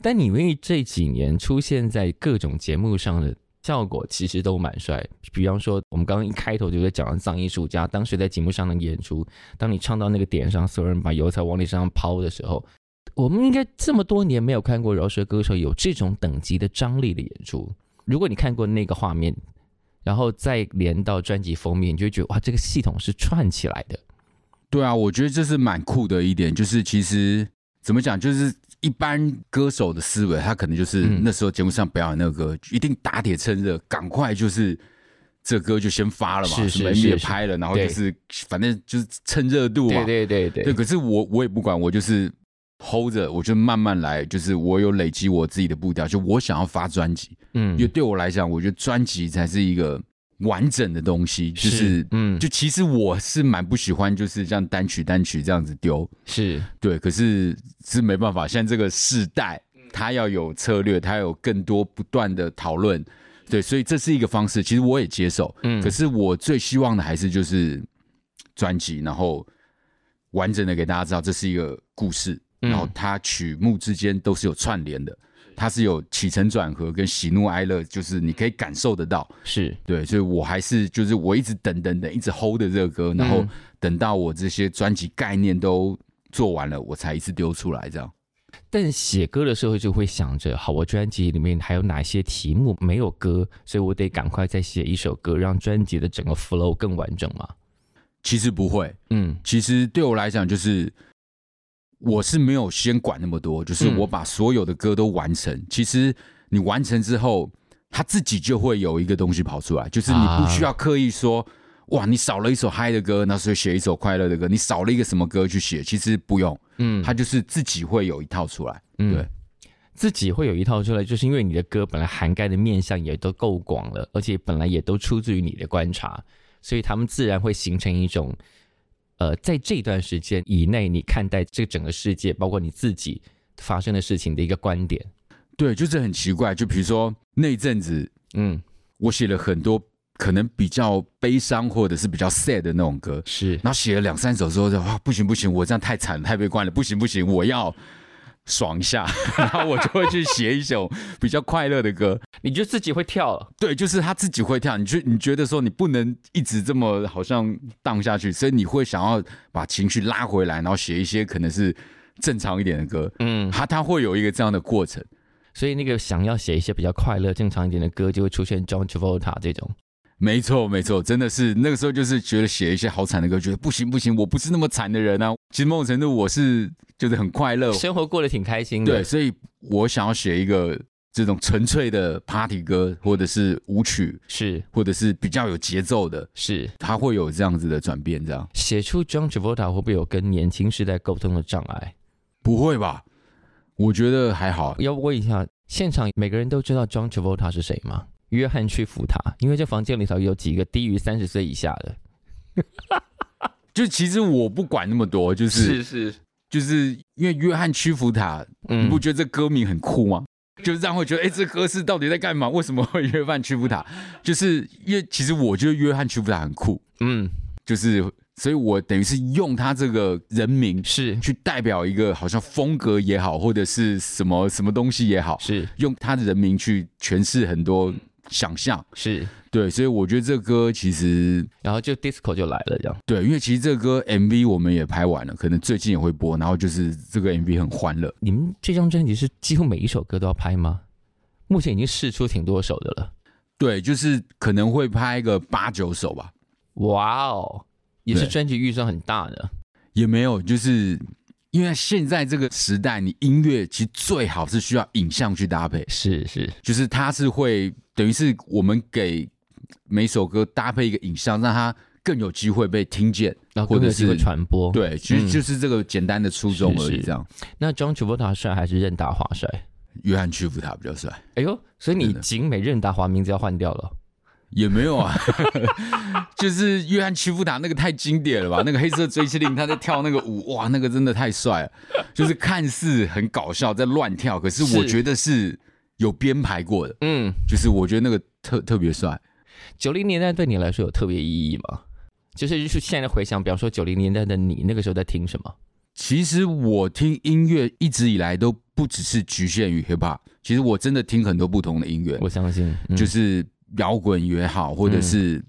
Speaker 1: 但你因为这几年出现在各种节目上的效果，其实都蛮帅。比方说，我们刚刚一开头就在讲到藏艺术家，当时在节目上的演出，当你唱到那个点上，所有人把油菜往你身上抛的时候，我们应该这么多年没有看过饶舌歌手有这种等级的张力的演出。如果你看过那个画面，然后再连到专辑封面，你就会觉得哇，这个系统是串起来的。
Speaker 2: 对啊，我觉得这是蛮酷的一点，就是其实怎么讲，就是一般歌手的思维，他可能就是
Speaker 1: 嗯
Speaker 2: 那时候节目上表演那个歌，一定打铁趁热，赶快就是这歌就先发了嘛，
Speaker 1: 是是
Speaker 2: 什么
Speaker 1: 是
Speaker 2: MV 也
Speaker 1: 是
Speaker 2: 拍了，然后
Speaker 1: 对
Speaker 2: 就是反正就是趁热度嘛。
Speaker 1: 对对对
Speaker 2: 对，可是我我也不管，我就是 hold 着，我就慢慢来，就是我有累积我自己的步调，就我想要发专辑，
Speaker 1: 嗯
Speaker 2: 因为对我来讲，我觉得专辑才是一个完整的东西，就是
Speaker 1: 嗯
Speaker 2: 就其实我是蛮不喜欢，就是这样单曲单曲这样子丢，
Speaker 1: 是
Speaker 2: 对，可是是没办法，现在这个世代，
Speaker 1: 嗯
Speaker 2: 它要有策略，它要有更多不断的讨论，对，所以这是一个方式，其实我也接受，
Speaker 1: 嗯
Speaker 2: 可是我最希望的还是就是专辑，然后完整的给大家知道这是一个故事，
Speaker 1: 嗯
Speaker 2: 然后它曲目之间都是有串联的，它是有起承转合跟喜怒哀乐，就是你可以感受得到，
Speaker 1: 是
Speaker 2: 对，所以我还是就是我一直等等等，一直 hold 着这个歌，然后
Speaker 1: 嗯
Speaker 2: 等到我这些专辑概念都做完了，我才一次丢出来这样。
Speaker 1: 但写歌的时候就会想着，好，我专辑里面还有哪些题目没有歌，所以我得赶快再写一首歌，让专辑的整个 flow 更完整嘛。
Speaker 2: 其实不会，
Speaker 1: 嗯，
Speaker 2: 其实对我来讲就是我是没有先管那么多，就是
Speaker 1: 嗯
Speaker 2: 我把所有的歌都完成。其实你完成之后，它自己就会有一个东西跑出来，就是你不
Speaker 1: 啊
Speaker 2: 需要刻意说。哇，你少了一首嗨的歌，那所以写一首快乐的歌。你少了一个什么歌去写？其实不用，
Speaker 1: 嗯
Speaker 2: 它就是自己会有一套出来。
Speaker 1: 嗯
Speaker 2: 对
Speaker 1: 自己会有一套出来，就是因为你的歌本来涵盖的面向也都够广了，而且本来也都出自于你的观察，所以他们自然会形成一种，呃，在这段时间以内，你看待这整个世界，包括你自己发生的事情的一个观点。
Speaker 2: 对，就是很奇怪。就比如说那一阵子，
Speaker 1: 嗯，
Speaker 2: 我写了很多可能比较悲伤或者是比较 sad 的那种歌，
Speaker 1: 是
Speaker 2: 然后写了两三首之后就，哇，不行不行，我这样太惨了太悲观了，不行不行，我要爽一下， [laughs] 然后我就会去写一首比较快乐的歌。
Speaker 1: 你就自己会跳了。
Speaker 2: 对，就是他自己会跳，你就你觉得说你不能一直这么好像荡下去，所以你会想要把情绪拉回来，然后写一些可能是正常一点的歌。
Speaker 1: 嗯，
Speaker 2: 他他会有一个这样的过程。
Speaker 1: 所以那个想要写一些比较快乐、正常一点的歌，就会出现 John Travolta 这种。
Speaker 2: 没错，没错，真的是那个时候就是觉得写一些好惨的歌，觉得不行不行，我不是那么惨的人啊。其实某种程度我是就是很快乐，
Speaker 1: 生活过得挺开心的。
Speaker 2: 哦对，，所以我想要写一个这种纯粹的 party 歌，或者是舞曲，
Speaker 1: 是
Speaker 2: 或者是比较有节奏的，
Speaker 1: 是。
Speaker 2: 它会有这样子的转变，这样
Speaker 1: 写出 John Travolta 会不会有跟年轻时代沟通的障碍？
Speaker 2: 不会吧？我觉得还好，
Speaker 1: 要问一下，现场每个人都知道 John Travolta 是谁吗？约翰屈服他，因为这房间里头有几个低于三十岁以下的。
Speaker 2: 就其实我不管那么多，就是
Speaker 1: 是，
Speaker 2: 就是因为约翰屈服塔，你
Speaker 1: 嗯
Speaker 2: 不，觉得这歌名很酷吗？就是让会觉得，哎、这歌是到底在干嘛？为什么会约翰屈服塔？就是因为其实我觉得约翰屈服塔很酷，
Speaker 1: 嗯，
Speaker 2: 就是所以我等于是用他这个人名
Speaker 1: 是
Speaker 2: 去代表一个好像风格也好，或者是什么什么东西也好，
Speaker 1: 是
Speaker 2: 用他的人名去诠释很多想象。
Speaker 1: 是，
Speaker 2: 对，所以我觉得这歌其实
Speaker 1: 然后就 disco 就来了，这样。
Speaker 2: 对，因为其实这歌 MV 我们也拍完了，可能最近也会播。然后就是这个 MV 很欢乐，
Speaker 1: 你们这张专辑是几乎每一首歌都要拍吗？目前已经试出挺多首的了。
Speaker 2: 对，就是可能会拍个八九首吧，
Speaker 1: 哇哦，也是
Speaker 2: 对
Speaker 1: 专辑预算很大的。
Speaker 2: 也没有，就是因为现在这个时代，你音乐其实最好是需要影像去搭配，
Speaker 1: 是是
Speaker 2: 就是它是会等于是我们给每首歌搭配一个影像，让它更有机会被听见。
Speaker 1: 然后
Speaker 2: 或者
Speaker 1: 更有机会
Speaker 2: 是
Speaker 1: 传播。，
Speaker 2: 对，其
Speaker 1: 嗯
Speaker 2: 实就是这个简单的初衷
Speaker 1: 是
Speaker 2: 而已。
Speaker 1: 是
Speaker 2: 这样，
Speaker 1: 那 John Travolta 帅还是任达华帅？
Speaker 2: 约翰屈服他比较帅，
Speaker 1: 哎呦，所以你
Speaker 2: 真的
Speaker 1: 景美任达华名字要换掉了。
Speaker 2: 也没有啊， [laughs] 就是约翰屈服他那个太经典了吧？那个黑色追妻令他在跳那个舞，哇，那个真的太帅了，就是看似很搞笑在乱跳，可是我
Speaker 1: 是
Speaker 2: 觉得是有编排过的，
Speaker 1: 嗯，
Speaker 2: 就是我觉得那个特特别帅。
Speaker 1: 九零年代对你来说有特别意义吗？就是就是现在回想，比方说九零年代的你那个时候在听什么？
Speaker 2: 其实我听音乐一直以来都不只是局限于 hip hop，其实我真的听很多不同的音乐，
Speaker 1: 我相信、嗯
Speaker 2: 就是摇滚也好，或者
Speaker 1: 嗯
Speaker 2: 是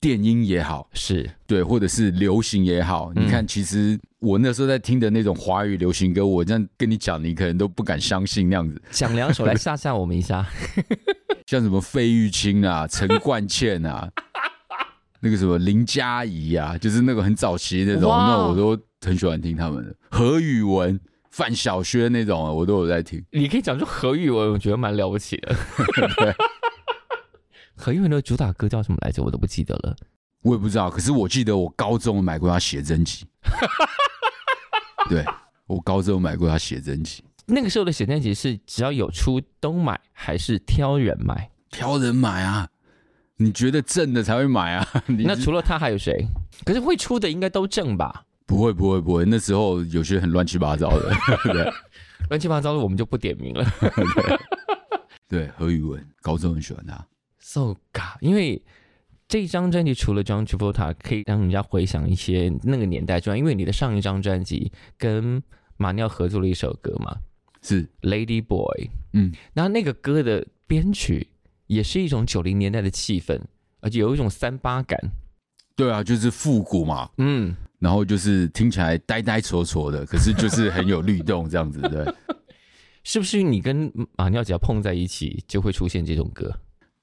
Speaker 2: 电音也好，
Speaker 1: 是
Speaker 2: 对，或者是流行也好。
Speaker 1: 嗯
Speaker 2: 你看，其实我那时候在听的那种华语流行歌，我这样跟你讲，你可能都不敢相信那样子，
Speaker 1: 讲两首来吓吓我们一下。
Speaker 2: 像什么费玉清啊、 [laughs] 陈冠茜啊，那个什么林佳怡啊，就是那个很早期那种，
Speaker 1: 哇哦
Speaker 2: 那我都很喜欢听他们的。何宇文、范晓萱那种，啊我都有在听。
Speaker 1: [laughs] 你可以讲出何玉文，我觉得蛮了不
Speaker 2: [laughs]
Speaker 1: 起的。何玉文的主打歌叫什么来着？我都不记得了。
Speaker 2: 我也不知道，可是我记得我高中买过他写
Speaker 1: [laughs]
Speaker 2: 真集，对我高中买过他写真集，
Speaker 1: 那个时候的写真集是只要有出都买，还是挑人买？
Speaker 2: 挑人买啊，你觉得正的才会买啊，你
Speaker 1: 那
Speaker 2: 是
Speaker 1: 除了他还有谁？可是会出的应该都正吧？
Speaker 2: 不会不会不会，那时候有些很乱七八糟的， [laughs] 对
Speaker 1: 乱七八糟的我们就不点名了。
Speaker 2: 对，何宇文高中很喜欢他，
Speaker 1: [laughs] So ga，因为这一张专辑除了 John Travolta 可以让人家回想一些那个年代之外，因为你的上一张专辑跟马尿合作了一首歌嘛，
Speaker 2: 是
Speaker 1: 《Lady Boy》，
Speaker 2: 嗯，
Speaker 1: 那那个歌的编曲也是一种九零年代的气氛，而且有一种三八感。
Speaker 2: 对啊，就是复古嘛，
Speaker 1: 嗯，
Speaker 2: 然后就是听起来呆呆挫挫的，可是就是很有律动这样子，对。 [laughs]
Speaker 1: 是不是你跟马尿只要碰在一起就会出现这种歌？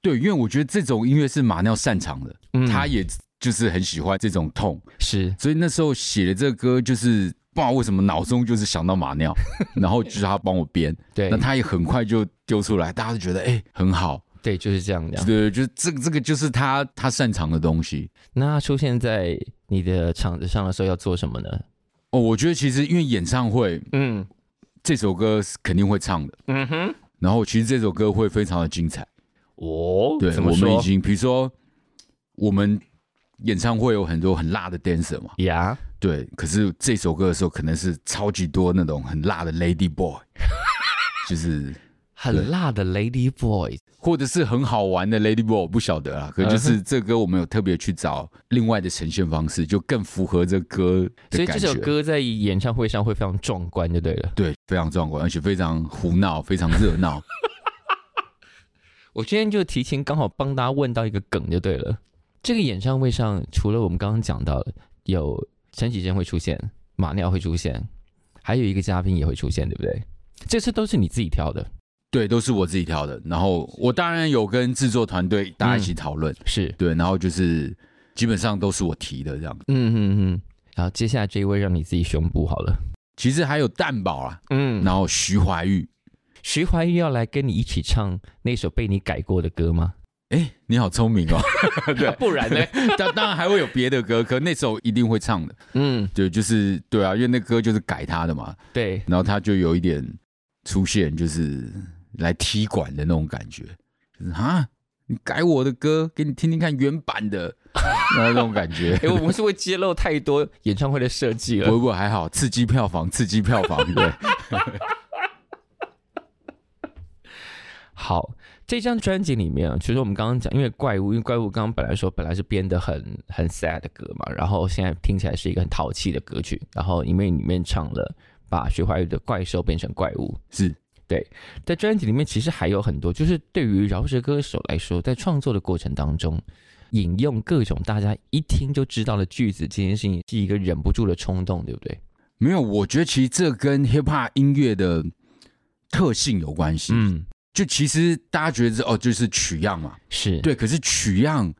Speaker 2: 对，因为我觉得这种音乐是马尿擅长的，
Speaker 1: 嗯
Speaker 2: 他也就是很喜欢这种痛，
Speaker 1: 是
Speaker 2: 所以那时候写的这个歌就是不知道为什么脑中就是想到马尿，然后就是他帮我编，
Speaker 1: [laughs] 对
Speaker 2: 那，他也很快就丢出来，大家都觉得哎、很好，
Speaker 1: 对，就是这样的
Speaker 2: 对。对，就是这个这个就是他他擅长的东西。
Speaker 1: 那出现在你的场子上的时候要做什么呢？
Speaker 2: 哦，我觉得其实因为演唱会
Speaker 1: 嗯
Speaker 2: 这首歌是肯定会唱的，
Speaker 1: 嗯哼，
Speaker 2: 然后其实这首歌会非常的精彩。
Speaker 1: 哦，
Speaker 2: [laughs] 对，
Speaker 1: 怎么
Speaker 2: 我们
Speaker 1: 说
Speaker 2: 已经比如说我们演唱会有很多很辣的 dancer 嘛，
Speaker 1: 呀
Speaker 2: 对，可是这首歌的时候，可能是超级多那种很辣的 Lady [laughs] Boy，就是
Speaker 1: 很辣的 Lady Boy，
Speaker 2: 或者是很好玩的 Lady Boy，我不晓得啦。可
Speaker 1: 嗯
Speaker 2: 就是这歌，我们有特别去找另外的呈现方式，就更符合这歌
Speaker 1: 所
Speaker 2: 的
Speaker 1: 以这
Speaker 2: 感
Speaker 1: 首
Speaker 2: 觉。
Speaker 1: 歌在演唱会上会非常壮观，就对了。
Speaker 2: 对，非常壮观，而且非常胡闹，非常热闹。 [laughs]
Speaker 1: 我今天就提前刚好帮大家问到一个梗就对了。这个演唱会上，除了我们刚刚讲到的有陈绮贞会出现，马尿会出现，还有一个嘉宾也会出现，对不对？这次都是你自己挑的，
Speaker 2: 对，都是我自己挑的。然后我当然有跟制作团队大家一起
Speaker 1: 嗯
Speaker 2: 讨论，
Speaker 1: 是，
Speaker 2: 对，然后就是基本上都是我提的这样。
Speaker 1: 嗯嗯嗯。然后接下来这一位让你自己宣布好了，
Speaker 2: 其实还有蛋宝啊，
Speaker 1: 嗯，
Speaker 2: 然后徐怀钰，
Speaker 1: 徐怀钰要来跟你一起唱那首被你改过的歌 [laughs] 吗？
Speaker 2: 哎，你好聪明哦。对，
Speaker 1: [laughs] 不然呢？
Speaker 2: [laughs] 当当然还会有别的歌，可那首一定会唱的。
Speaker 1: 嗯，
Speaker 2: 对，就是对啊，因为那歌就是改他的嘛，
Speaker 1: 对，
Speaker 2: 然后他就有一点出现就是来踢馆的那种感觉，就是啊，你改我的歌给你听听看原版的， [laughs] 然后那种感觉。
Speaker 1: 哎、我们是会揭露太多演唱会的设计
Speaker 2: 不
Speaker 1: 了。
Speaker 2: 不还好，刺激票房，刺激票房，对，
Speaker 1: 好，这张专辑里面啊，其实我们刚刚讲，因为怪物，因为怪物刚刚本来说本来是编的很很 sad 的歌嘛，然后现在听起来是一个很淘气的歌曲，然后因为里面唱了把徐怀钰的怪兽变成怪物，
Speaker 2: 是
Speaker 1: 在专辑里面其实还有很多，就是对于饶舌歌手来说，在创作的过程当中。引用各种大家一听就知道的句子，这件事情是一个忍不住的冲动，对不对？
Speaker 2: 没有。我觉得其实这跟 hip hop 音乐的特性有关系。嗯，
Speaker 1: 嗯，
Speaker 2: 就其实大家觉得是哦，就是取样嘛，
Speaker 1: 是，
Speaker 2: 对。可是取样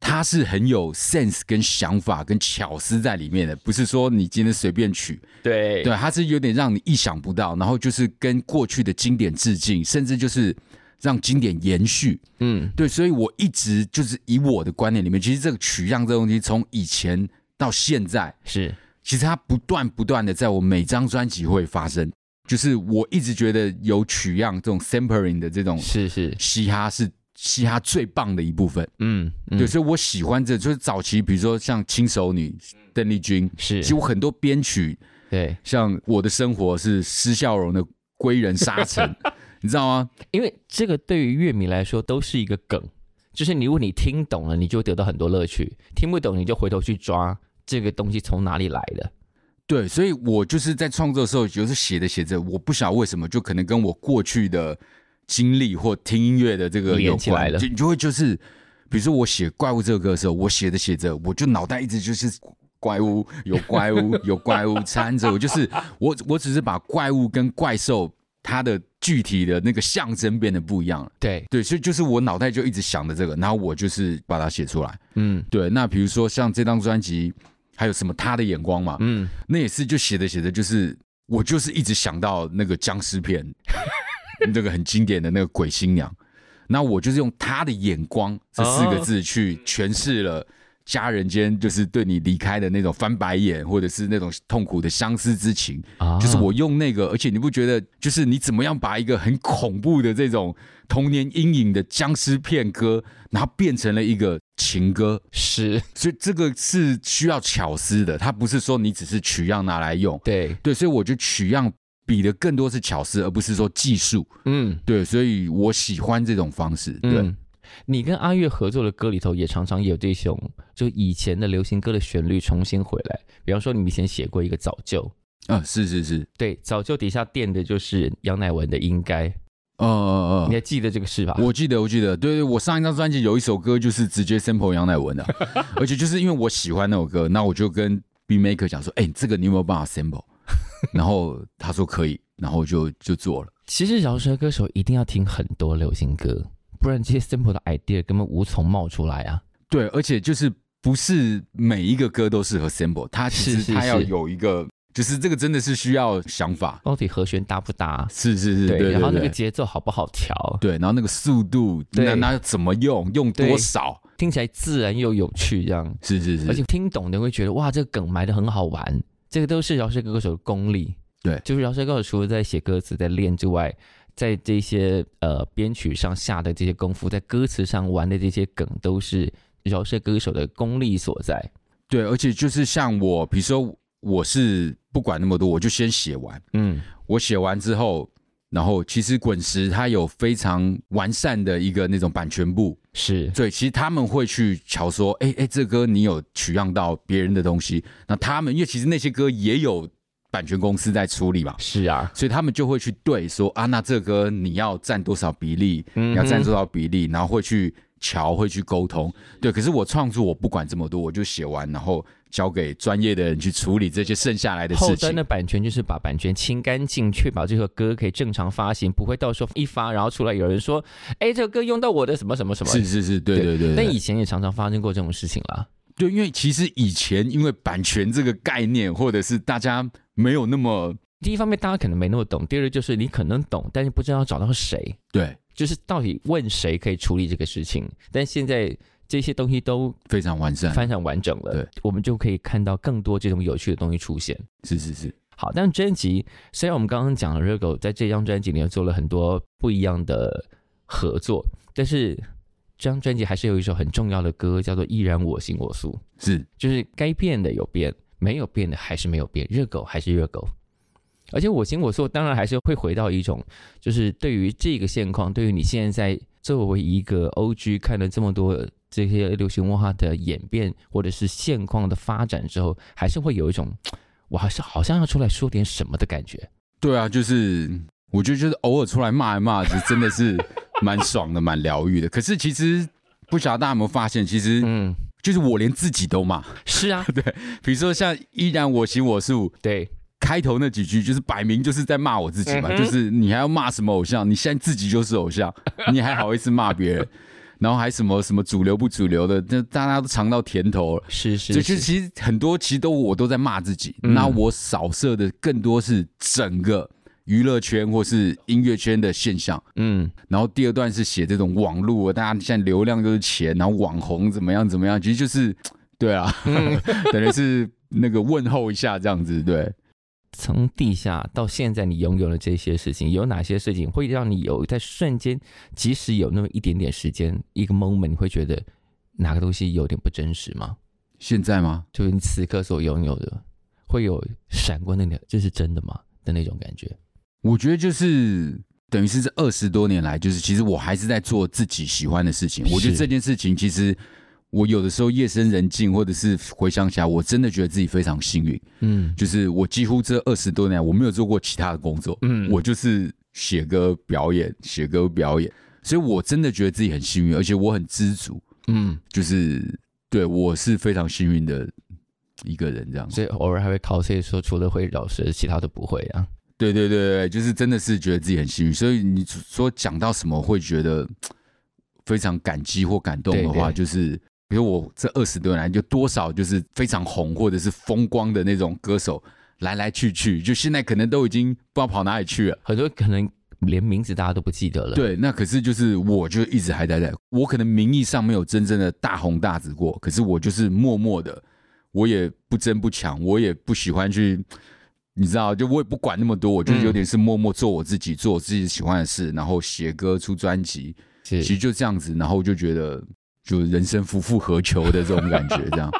Speaker 2: 它是很有 sense 跟想法跟巧思在里面的，不是说你今天随便取，
Speaker 1: 对
Speaker 2: 对，它是有点让你意想不到，然后就是跟过去的经典致敬，甚至就是让经典延续。
Speaker 1: 嗯，
Speaker 2: 对，所以我一直就是以我的观念里面，其实这个取样这东西，从以前到现在，
Speaker 1: 是，
Speaker 2: 其实它不断不断的在我每张专辑会发生。就是我一直觉得有取样这种 sampling 的这种
Speaker 1: 是是，
Speaker 2: 嘻哈是嘻哈最棒的一部分。
Speaker 1: 嗯，嗯
Speaker 2: 对，所以我喜欢这，就是早期比如说像轻熟女、邓丽君，
Speaker 1: 是
Speaker 2: 其实我很多编曲，
Speaker 1: 对，
Speaker 2: 像我的生活是施孝荣的《归人沙城》，你知道吗？
Speaker 1: 因为这个对于乐迷来说都是一个梗，就是你如果你听懂了，你就会得到很多乐趣；听不懂，你就回头去抓这个东西从哪里来的。
Speaker 2: 对，所以我就是在创作的时候，有时写着写着，我不晓得为什么，就可能跟我过去的经历或听音乐的这个有
Speaker 1: 连起来
Speaker 2: 关
Speaker 1: 了
Speaker 2: 就你就会就是，比如说我写《怪物》这首歌的时候，我写着写着，我就脑袋一直就是怪物，有怪物，有怪物缠着我，就是我我只是把怪物跟怪兽它的具体的那个象征变得不一样了。
Speaker 1: 对，
Speaker 2: 对，所以就是我脑袋就一直想着这个，然后我就是把它写出来。
Speaker 1: 嗯
Speaker 2: 对，那比如说像这张专辑，还有什么他的眼光嘛，
Speaker 1: 嗯，
Speaker 2: 那也是就写着写着，就是我就是一直想到那个僵尸片， [laughs] 那个很经典的那个鬼新娘，那我就是用他的眼光这四个字去诠释了。家人间就是对你离开的那种翻白眼，或者是那种痛苦的相思之情，
Speaker 1: 啊
Speaker 2: 就是我用那个，而且你不觉得，就是你怎么样把一个很恐怖的这种童年阴影的僵尸片歌，然后变成了一个情歌，
Speaker 1: 是，
Speaker 2: 所以这个是需要巧思的，它不是说你只是取样拿来
Speaker 1: [laughs]
Speaker 2: 用，
Speaker 1: 对，
Speaker 2: 对，所以我觉得取样比的更多是巧思，而不是说技术，
Speaker 1: 嗯
Speaker 2: 对，所以我喜欢这种方式，对，
Speaker 1: 嗯。你跟阿月合作的歌里头，也常常有这种就以前的流行歌的旋律重新回来。比方说，你们以前写过一个《早就》，
Speaker 2: 啊、是是是，
Speaker 1: 对，《早就》底下垫的就是杨乃文的《应该》，
Speaker 2: 呃呃
Speaker 1: 你还
Speaker 2: 呃。
Speaker 1: 记得这个事吧？
Speaker 2: 我记得，我记得，对对，我上一张专辑有一首歌就是直接 sample 杨乃文的， [laughs] 而且就是因为我喜欢那首歌，那我就跟 B Maker 讲说，哎、这个你有没有办法 sample？然后他说可以，然后就就做了。
Speaker 1: 其实饶舌歌手一定要听很多流行歌，不然这些 simple 的 idea 根本无从冒出来啊。
Speaker 2: 对，而且就是不是每一个歌都适合 sample，它其
Speaker 1: 是
Speaker 2: 实
Speaker 1: 是
Speaker 2: 它要
Speaker 1: 是
Speaker 2: 有一个，就是这个真的是需要想法。
Speaker 1: 到底和弦搭不搭？
Speaker 2: 是是是，对对
Speaker 1: 然后那个
Speaker 2: 对
Speaker 1: 节奏好不好调？
Speaker 2: 对，然后那个速度，
Speaker 1: 对
Speaker 2: 那那怎么用，用
Speaker 1: 对
Speaker 2: 多少？
Speaker 1: 听起来自然又有趣，这样，
Speaker 2: 是是是，
Speaker 1: 而且听懂的会觉得哇，这个梗埋的很好玩。这个都是饶舌歌手的功力。
Speaker 2: 对
Speaker 1: 就是饶舌歌手除了在写歌词、在练之外，在这些呃编曲上下的这些功夫，在歌词上玩的这些梗，都是饶舌歌手的功力所在。
Speaker 2: 对，而且就是像我，比如说我是不管那么多，我就先写完，
Speaker 1: 嗯，
Speaker 2: 我写完之后，然后其实滚石它有非常完善的一个那种版权部，
Speaker 1: 是
Speaker 2: 对，其实他们会去瞧说，哎、哎、这歌你有取样到别人的东西，那他们因为其实那些歌也有版权公司在处理嘛，
Speaker 1: 是啊，
Speaker 2: 所以他们就会去对说啊，那这歌你要占多少比例，
Speaker 1: 嗯哼
Speaker 2: 你要占多少比例，然后会去瞧，会去沟通。对，可是我创作我不管这么多，我就写完，然后交给专业的人去处理这些剩下来的
Speaker 1: 后
Speaker 2: 事
Speaker 1: 端
Speaker 2: 情
Speaker 1: 的。版权就是把版权清干净，确保这首歌可以正常发行，不会到时候一发，然后出来有人说，哎，这个歌用到我的什么什么什么。
Speaker 2: 是是是，对对对。
Speaker 1: 但
Speaker 2: 对
Speaker 1: 以前也常常发生过这种事情啦。
Speaker 2: 对，因为其实以前因为版权这个概念，或者是大家没有那么
Speaker 1: 第一方面，大家可能没那么懂；第二就是你可能懂，但是不知道找到谁，
Speaker 2: 对
Speaker 1: 就是到底问谁可以处理这个事情。但现在这些东西都
Speaker 2: 非常完善，
Speaker 1: 非常完整了，
Speaker 2: 对，
Speaker 1: 我们就可以看到更多这种有趣的东西出现。
Speaker 2: 是是是，
Speaker 1: 好，但专辑虽然我们刚刚讲了 Rego 在这张专辑里面做了很多不一样的合作，但是这张专辑还是有一首很重要的歌叫做《依然我行我素》，
Speaker 2: 是
Speaker 1: 就是该变的有变，没有变的还是没有变，热狗还是热狗。而且我行我素，当然还是会回到一种，就是对于这个现况，对于你现在作为一个 OG 看了这么多这些流行文化的演变或者是现况的发展之后，还是会有一种，我还是好像要出来说点什么的感觉。
Speaker 2: 对啊，就是我觉得就是偶尔出来骂一骂，是真的 [laughs] 是蛮爽的，蛮疗愈的。可是其实不晓得大家有没有发现，其实
Speaker 1: 嗯，
Speaker 2: 就是我连自己都骂，
Speaker 1: 是啊，
Speaker 2: 比如说像“依然我行我素
Speaker 1: 对，”
Speaker 2: 开头那几句，就是摆明就是在骂我自己嘛，
Speaker 1: 嗯哼
Speaker 2: 就是你还要骂什么偶像？你现在自己就是偶像，你还好意思骂别人？ [laughs] 然后还什么什么主流不主流的，那大家都尝到甜头了。
Speaker 1: 是是，
Speaker 2: 所以就是其实很多其实都我都在骂自己，
Speaker 1: 嗯
Speaker 2: 那我扫射的更多是整个娱乐圈或是音乐圈的现象。
Speaker 1: 嗯，
Speaker 2: 然后第二段是写这种网络，大家现在流量就是钱，然后网红怎么样怎么样，其实就是
Speaker 1: [laughs]
Speaker 2: 对啊，
Speaker 1: 嗯
Speaker 2: 等于是那个问候一下这样子，对，
Speaker 1: 从地下到现在，你拥有了这些事情，有哪些事情会让你有在瞬间，即使有那么一点点时间，一个 moment，你会觉得哪个东西有点不真实吗？
Speaker 2: 现在吗？
Speaker 1: 就是你此刻所拥有的，会有闪过那个这是真的吗的那种感觉？
Speaker 2: 我觉得就是等于是这二十多年来，就是其实我还是在做自己喜欢的事情。
Speaker 1: 是
Speaker 2: 我觉得这件事情其实。我有的时候夜深人静，或者是回想起来，我真的觉得自己非常幸运。
Speaker 1: 嗯
Speaker 2: 就是我几乎这二十多年来，我没有做过其他的工作，
Speaker 1: 嗯
Speaker 2: 我就是写歌、表演、写歌、表演，所以我真的觉得自己很幸运，而且我很知足，
Speaker 1: 嗯，
Speaker 2: 就是对我是非常幸运的一个人，这样。
Speaker 1: 所以偶尔还会 cos 说，除了会饶舌，其他都不会啊。
Speaker 2: 对对对对，就是真的是觉得自己很幸运，所以你说讲到什么会觉得嘖非常感激或感动的话，
Speaker 1: 对对
Speaker 2: 就是。比如我这二十多年来，就多少就是非常红或者是风光的那种歌手，来来去去，就现在可能都已经不知道跑哪里去了。
Speaker 1: 很多可能连名字大家都不记得了。，
Speaker 2: 对，那可是就是我就一直还待在，我可能名义上没有真正的大红大紫过，可是我就是默默的，我也不争不抢，我也不喜欢去，你知道，就我也不管那么多，我就是有点是默默做我自己，做我自己喜欢的事，然后写歌、出专辑，其实
Speaker 1: 是
Speaker 2: 就这样子，然后就觉得就人生夫复何求的这种感觉，这样。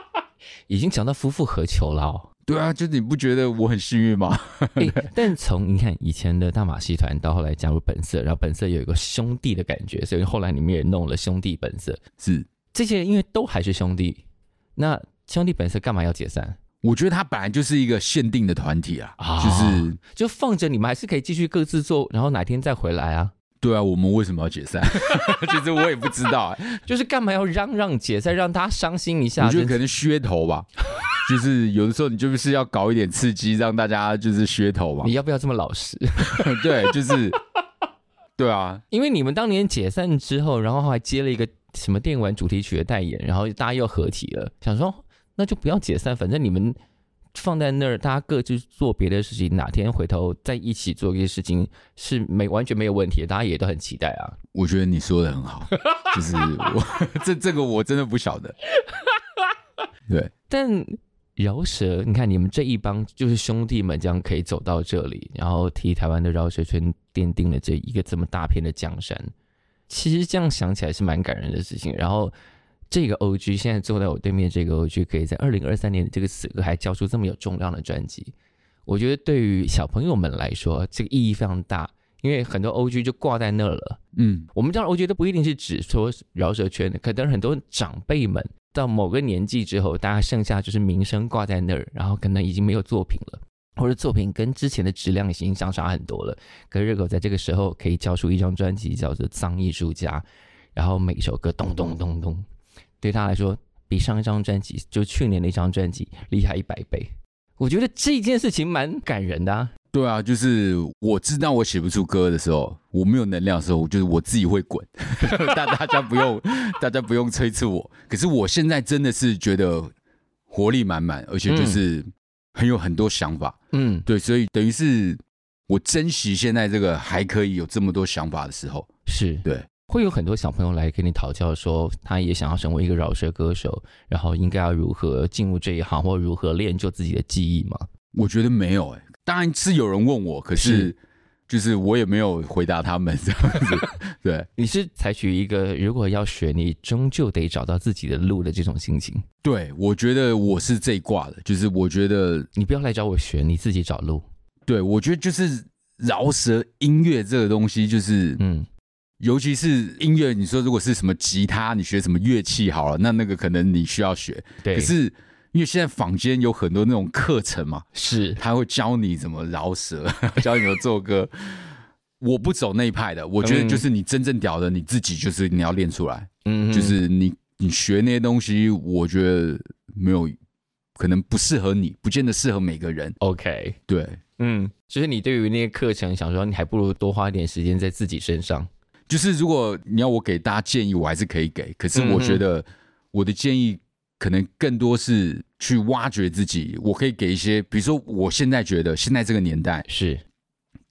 Speaker 1: 已经讲到夫复何求了哦。
Speaker 2: 对啊，就是你不觉得我很幸运吗？ [laughs]
Speaker 1: 哎、但从你看以前的大马戏团到后来加入本色，然后本色有一个兄弟的感觉，所以后来你们也弄了兄弟本色。
Speaker 2: 是，
Speaker 1: 这些人因为都还是兄弟，那兄弟本色干嘛要解散？
Speaker 2: 我觉得他本来就是一个限定的团体啊，
Speaker 1: 啊
Speaker 2: 就是
Speaker 1: 就放着你们还是可以继续各自做，然后哪天再回来啊？
Speaker 2: 对啊，我们为什么要
Speaker 1: [laughs]
Speaker 2: 解散？其实我也不知道、哎
Speaker 1: 就是干嘛要嚷嚷解散，让大家伤心一下？
Speaker 2: 我觉得
Speaker 1: 真
Speaker 2: 可能噱头吧，就是有的时候你就是要搞一点刺激，让大家就是噱头嘛
Speaker 1: 你。要不要这么老实？
Speaker 2: [laughs] 对，就是，对啊，
Speaker 1: 因为你们当年解散之后，然后还接了一个什么电玩主题曲的代言，然后大家又合体了，想说那就不要解散，反正你们放在那儿，大家各自做别的事情，哪天回头再一起做一些事情是没完全没有问题的，大家也都很期待啊。
Speaker 2: 我觉得你说的很好，就是我 [laughs] 这这个我真的不晓得。对，
Speaker 1: 但饶舌，你看你们这一帮就是兄弟们，这样可以走到这里，然后替台湾的饶舌圈奠定了这一个这么大片的江山。其实这样想起来是蛮感人的事情。然后这个 OG 现在坐在我对面，这个 OG 可以在二零二三年的这个此刻还交出这么有重量的专辑，我觉得对于小朋友们来说，这个意义非常大。因为很多 O G 就挂在那儿了。
Speaker 2: 嗯，
Speaker 1: 我们知道 O G 都不一定是指说饶舌圈的，可能很多长辈们到某个年纪之后，大家剩下就是名声挂在那儿，然后可能已经没有作品了，或者作品跟之前的质量已经相差很多了。可是热狗在这个时候可以交出一张专辑，叫做《脏艺术家》，然后每首歌咚咚咚咚，对他来说比上一张专辑，就去年那张专辑厉害一百倍。我觉得这件事情蛮感人的、啊，
Speaker 2: 对啊，就是我知道我写不出歌的时候，我没有能量的时候，我就是我自己会滚， [laughs] 大大家不用，大家不用催促我。可是我现在真的是觉得活力满满，而且就是很有很多想法。
Speaker 1: 嗯，
Speaker 2: 对，所以等于是我珍惜现在这个还可以有这么多想法的时候。
Speaker 1: 是
Speaker 2: 对，
Speaker 1: 会有很多小朋友来跟你讨教说，他也想要成为一个饶舌歌手，然后应该要如何进入这一行，或如何练就自己的技艺吗？
Speaker 2: 我觉得没有哎、当然是有人问我，可
Speaker 1: 是
Speaker 2: 是就是我也没有回答他们这样子。 [laughs] 对
Speaker 1: 你是采取一个如果要学，你终究得找到自己的路的这种心情。
Speaker 2: 对，我觉得我是这一挂的，就是我觉得
Speaker 1: 你不要来找我学，你自己找路。
Speaker 2: 对，我觉得就是饶舌音乐这个东西，就是
Speaker 1: 嗯，
Speaker 2: 尤其是音乐，你说如果是什么吉他，你学什么乐器好了，那那个可能你需要学。
Speaker 1: 对，
Speaker 2: 可是因为现在坊间有很多那种课程嘛，
Speaker 1: 是
Speaker 2: 他会教你怎么饶舌， [laughs] 教你怎么做歌。我不走那一派的，我觉得就是你真正屌的，你自己就是你要练出来，
Speaker 1: 嗯
Speaker 2: 就是你你学那些东西，我觉得没有可能不适合你，不见得适合每个人。
Speaker 1: OK，
Speaker 2: 对，
Speaker 1: 嗯，就是你对于那些课程，想说你还不如多花一点时间在自己身上。
Speaker 2: 就是如果你要我给大家建议，我还是可以给，可是我觉得我的建议可能更多是去挖掘自己。我可以给一些，比如说我现在觉得现在这个年代，
Speaker 1: 是，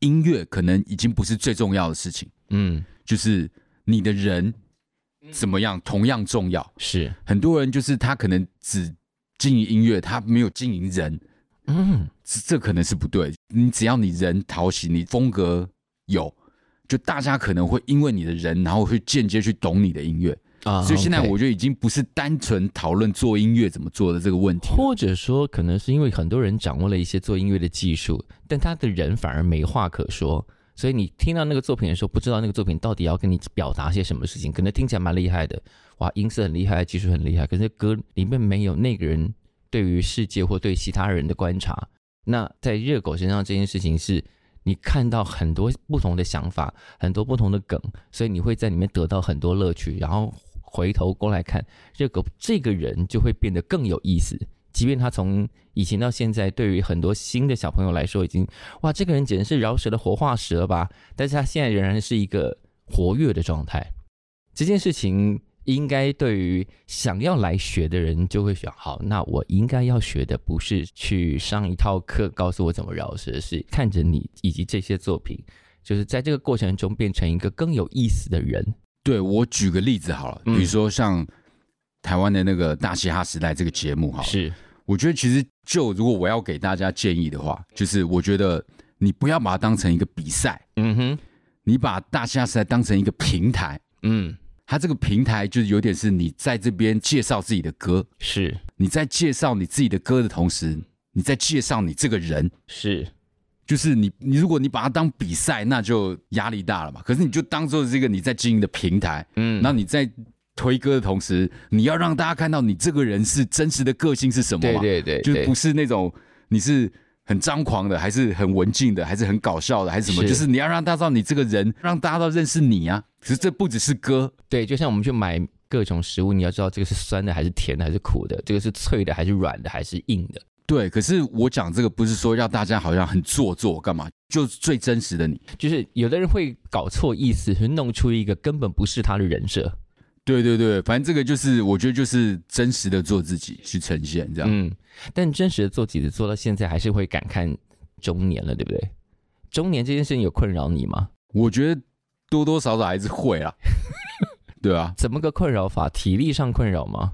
Speaker 2: 音乐可能已经不是最重要的事情，
Speaker 1: 嗯，
Speaker 2: 就是你的人怎么样同样重要。
Speaker 1: 是，
Speaker 2: 很多人就是他可能只经营音乐，他没有经营人，
Speaker 1: 嗯，
Speaker 2: 这这可能是不对。你只要你人讨喜，你风格有，就大家可能会因为你的人，然后会间接去懂你的音乐。
Speaker 1: 啊
Speaker 2: 所以现在
Speaker 1: OK
Speaker 2: 我觉得已经不是单纯讨论做音乐怎么做的这个问题。
Speaker 1: 或者说，可能是因为很多人掌握了一些做音乐的技术，但他的人反而没话可说，所以你听到那个作品的时候，不知道那个作品到底要跟你表达些什么事情。可能听起来蛮厉害的，哇，音色很厉害，技术很厉害，可是歌里面没有那个人对于世界或对其他人的观察。那在热狗身上这件事情是。你看到很多不同的想法，很多不同的梗，所以你会在里面得到很多乐趣，然后回头过来看热狗这个人就会变得更有意思，即便他从以前到现在，对于很多新的小朋友来说，已经哇，这个人简直是饶舌的活化石了吧？但是他现在仍然是一个活跃的状态。这件事情应该对于想要来学的人，就会想：好，那我应该要学的不是去上一套课告诉我怎么饶舌，是看着你以及这些作品，就是在这个过程中变成一个更有意思的人。
Speaker 2: 对我举个例子好了，比
Speaker 1: 嗯
Speaker 2: 如说像台湾的那个《大嘻哈时代》这个节目，好了，
Speaker 1: 是，
Speaker 2: 我觉得其实就如果我要给大家建议的话，就是我觉得你不要把它当成一个比赛，
Speaker 1: 嗯哼，
Speaker 2: 你把《大嘻哈时代》当成一个平台，
Speaker 1: 嗯，
Speaker 2: 它这个平台就是有点是你在这边介绍自己的歌，
Speaker 1: 是
Speaker 2: 你在介绍你自己的歌的同时，你在介绍你这个人。
Speaker 1: 是，
Speaker 2: 就是你，你如果你把它当比赛，那就压力大了嘛。可是你就当做是一个你在经营的平台，
Speaker 1: 嗯
Speaker 2: 然后你在推歌的同时，你要让大家看到你这个人是真实的个性是什么
Speaker 1: 对
Speaker 2: 嘛？
Speaker 1: 对对，
Speaker 2: 就是
Speaker 1: 对
Speaker 2: 不是那种你是很张狂的，还是很文静的，还是很搞笑的，还是什么？
Speaker 1: 是
Speaker 2: 就是你要让大家知道你这个人，让大家都认识你啊。可是这不只是歌，
Speaker 1: 对，就像我们去买各种食物，你要知道这个是酸的还是甜的还是苦的，这个是脆的还是软的还是硬的。
Speaker 2: 对。可是我讲这个不是说要大家好像很做作干嘛，就是最真实的你。
Speaker 1: 就是有的人会搞错意思，是弄出一个根本不是他的人设。
Speaker 2: 对对对，反正这个就是我觉得就是真实的做自己去呈现这样。
Speaker 1: 嗯，但真实的做几子做到现在，还是会感叹中年了，对不对？中年这件事情有困扰你吗？
Speaker 2: 我觉得多多少少还是会
Speaker 1: [laughs]
Speaker 2: 啦，对啊。
Speaker 1: 怎么个困扰法？体力上困扰吗？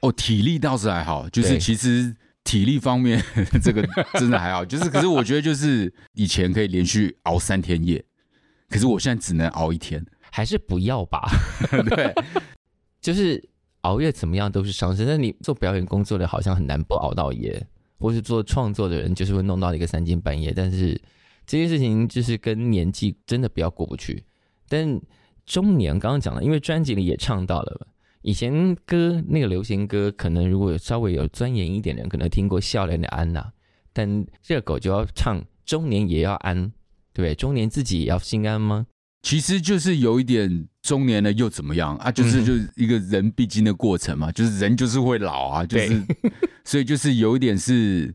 Speaker 2: 哦，体力倒是还好，就
Speaker 1: 对
Speaker 2: 是其实体力方面 [laughs] 这个真的还好，就是可是我觉得就是以前可以连续熬三天夜，可是我现在只能熬一天。 [laughs]
Speaker 1: 还是不要吧？
Speaker 2: 对，
Speaker 1: 就是熬夜怎么样都是伤身，但你做表演工作的好像很难不熬到夜，或是做创作的人就是会弄到一个三更半夜，但是这件事情就是跟年纪真的不要过不去。但中年刚刚讲了，因为专辑里也唱到了，以前歌那个流行歌，可能如果有稍微有钻研一点的人，可能听过《笑脸的安娜》，但热狗就要唱中年也要安，对不对？中年自己也要心安吗？
Speaker 2: 其实就是有一点中年了又怎么样啊？就是
Speaker 1: 嗯
Speaker 2: 就是一个人必经的过程嘛，就是人就是会老啊，就
Speaker 1: 对
Speaker 2: 是所以就是有一点是，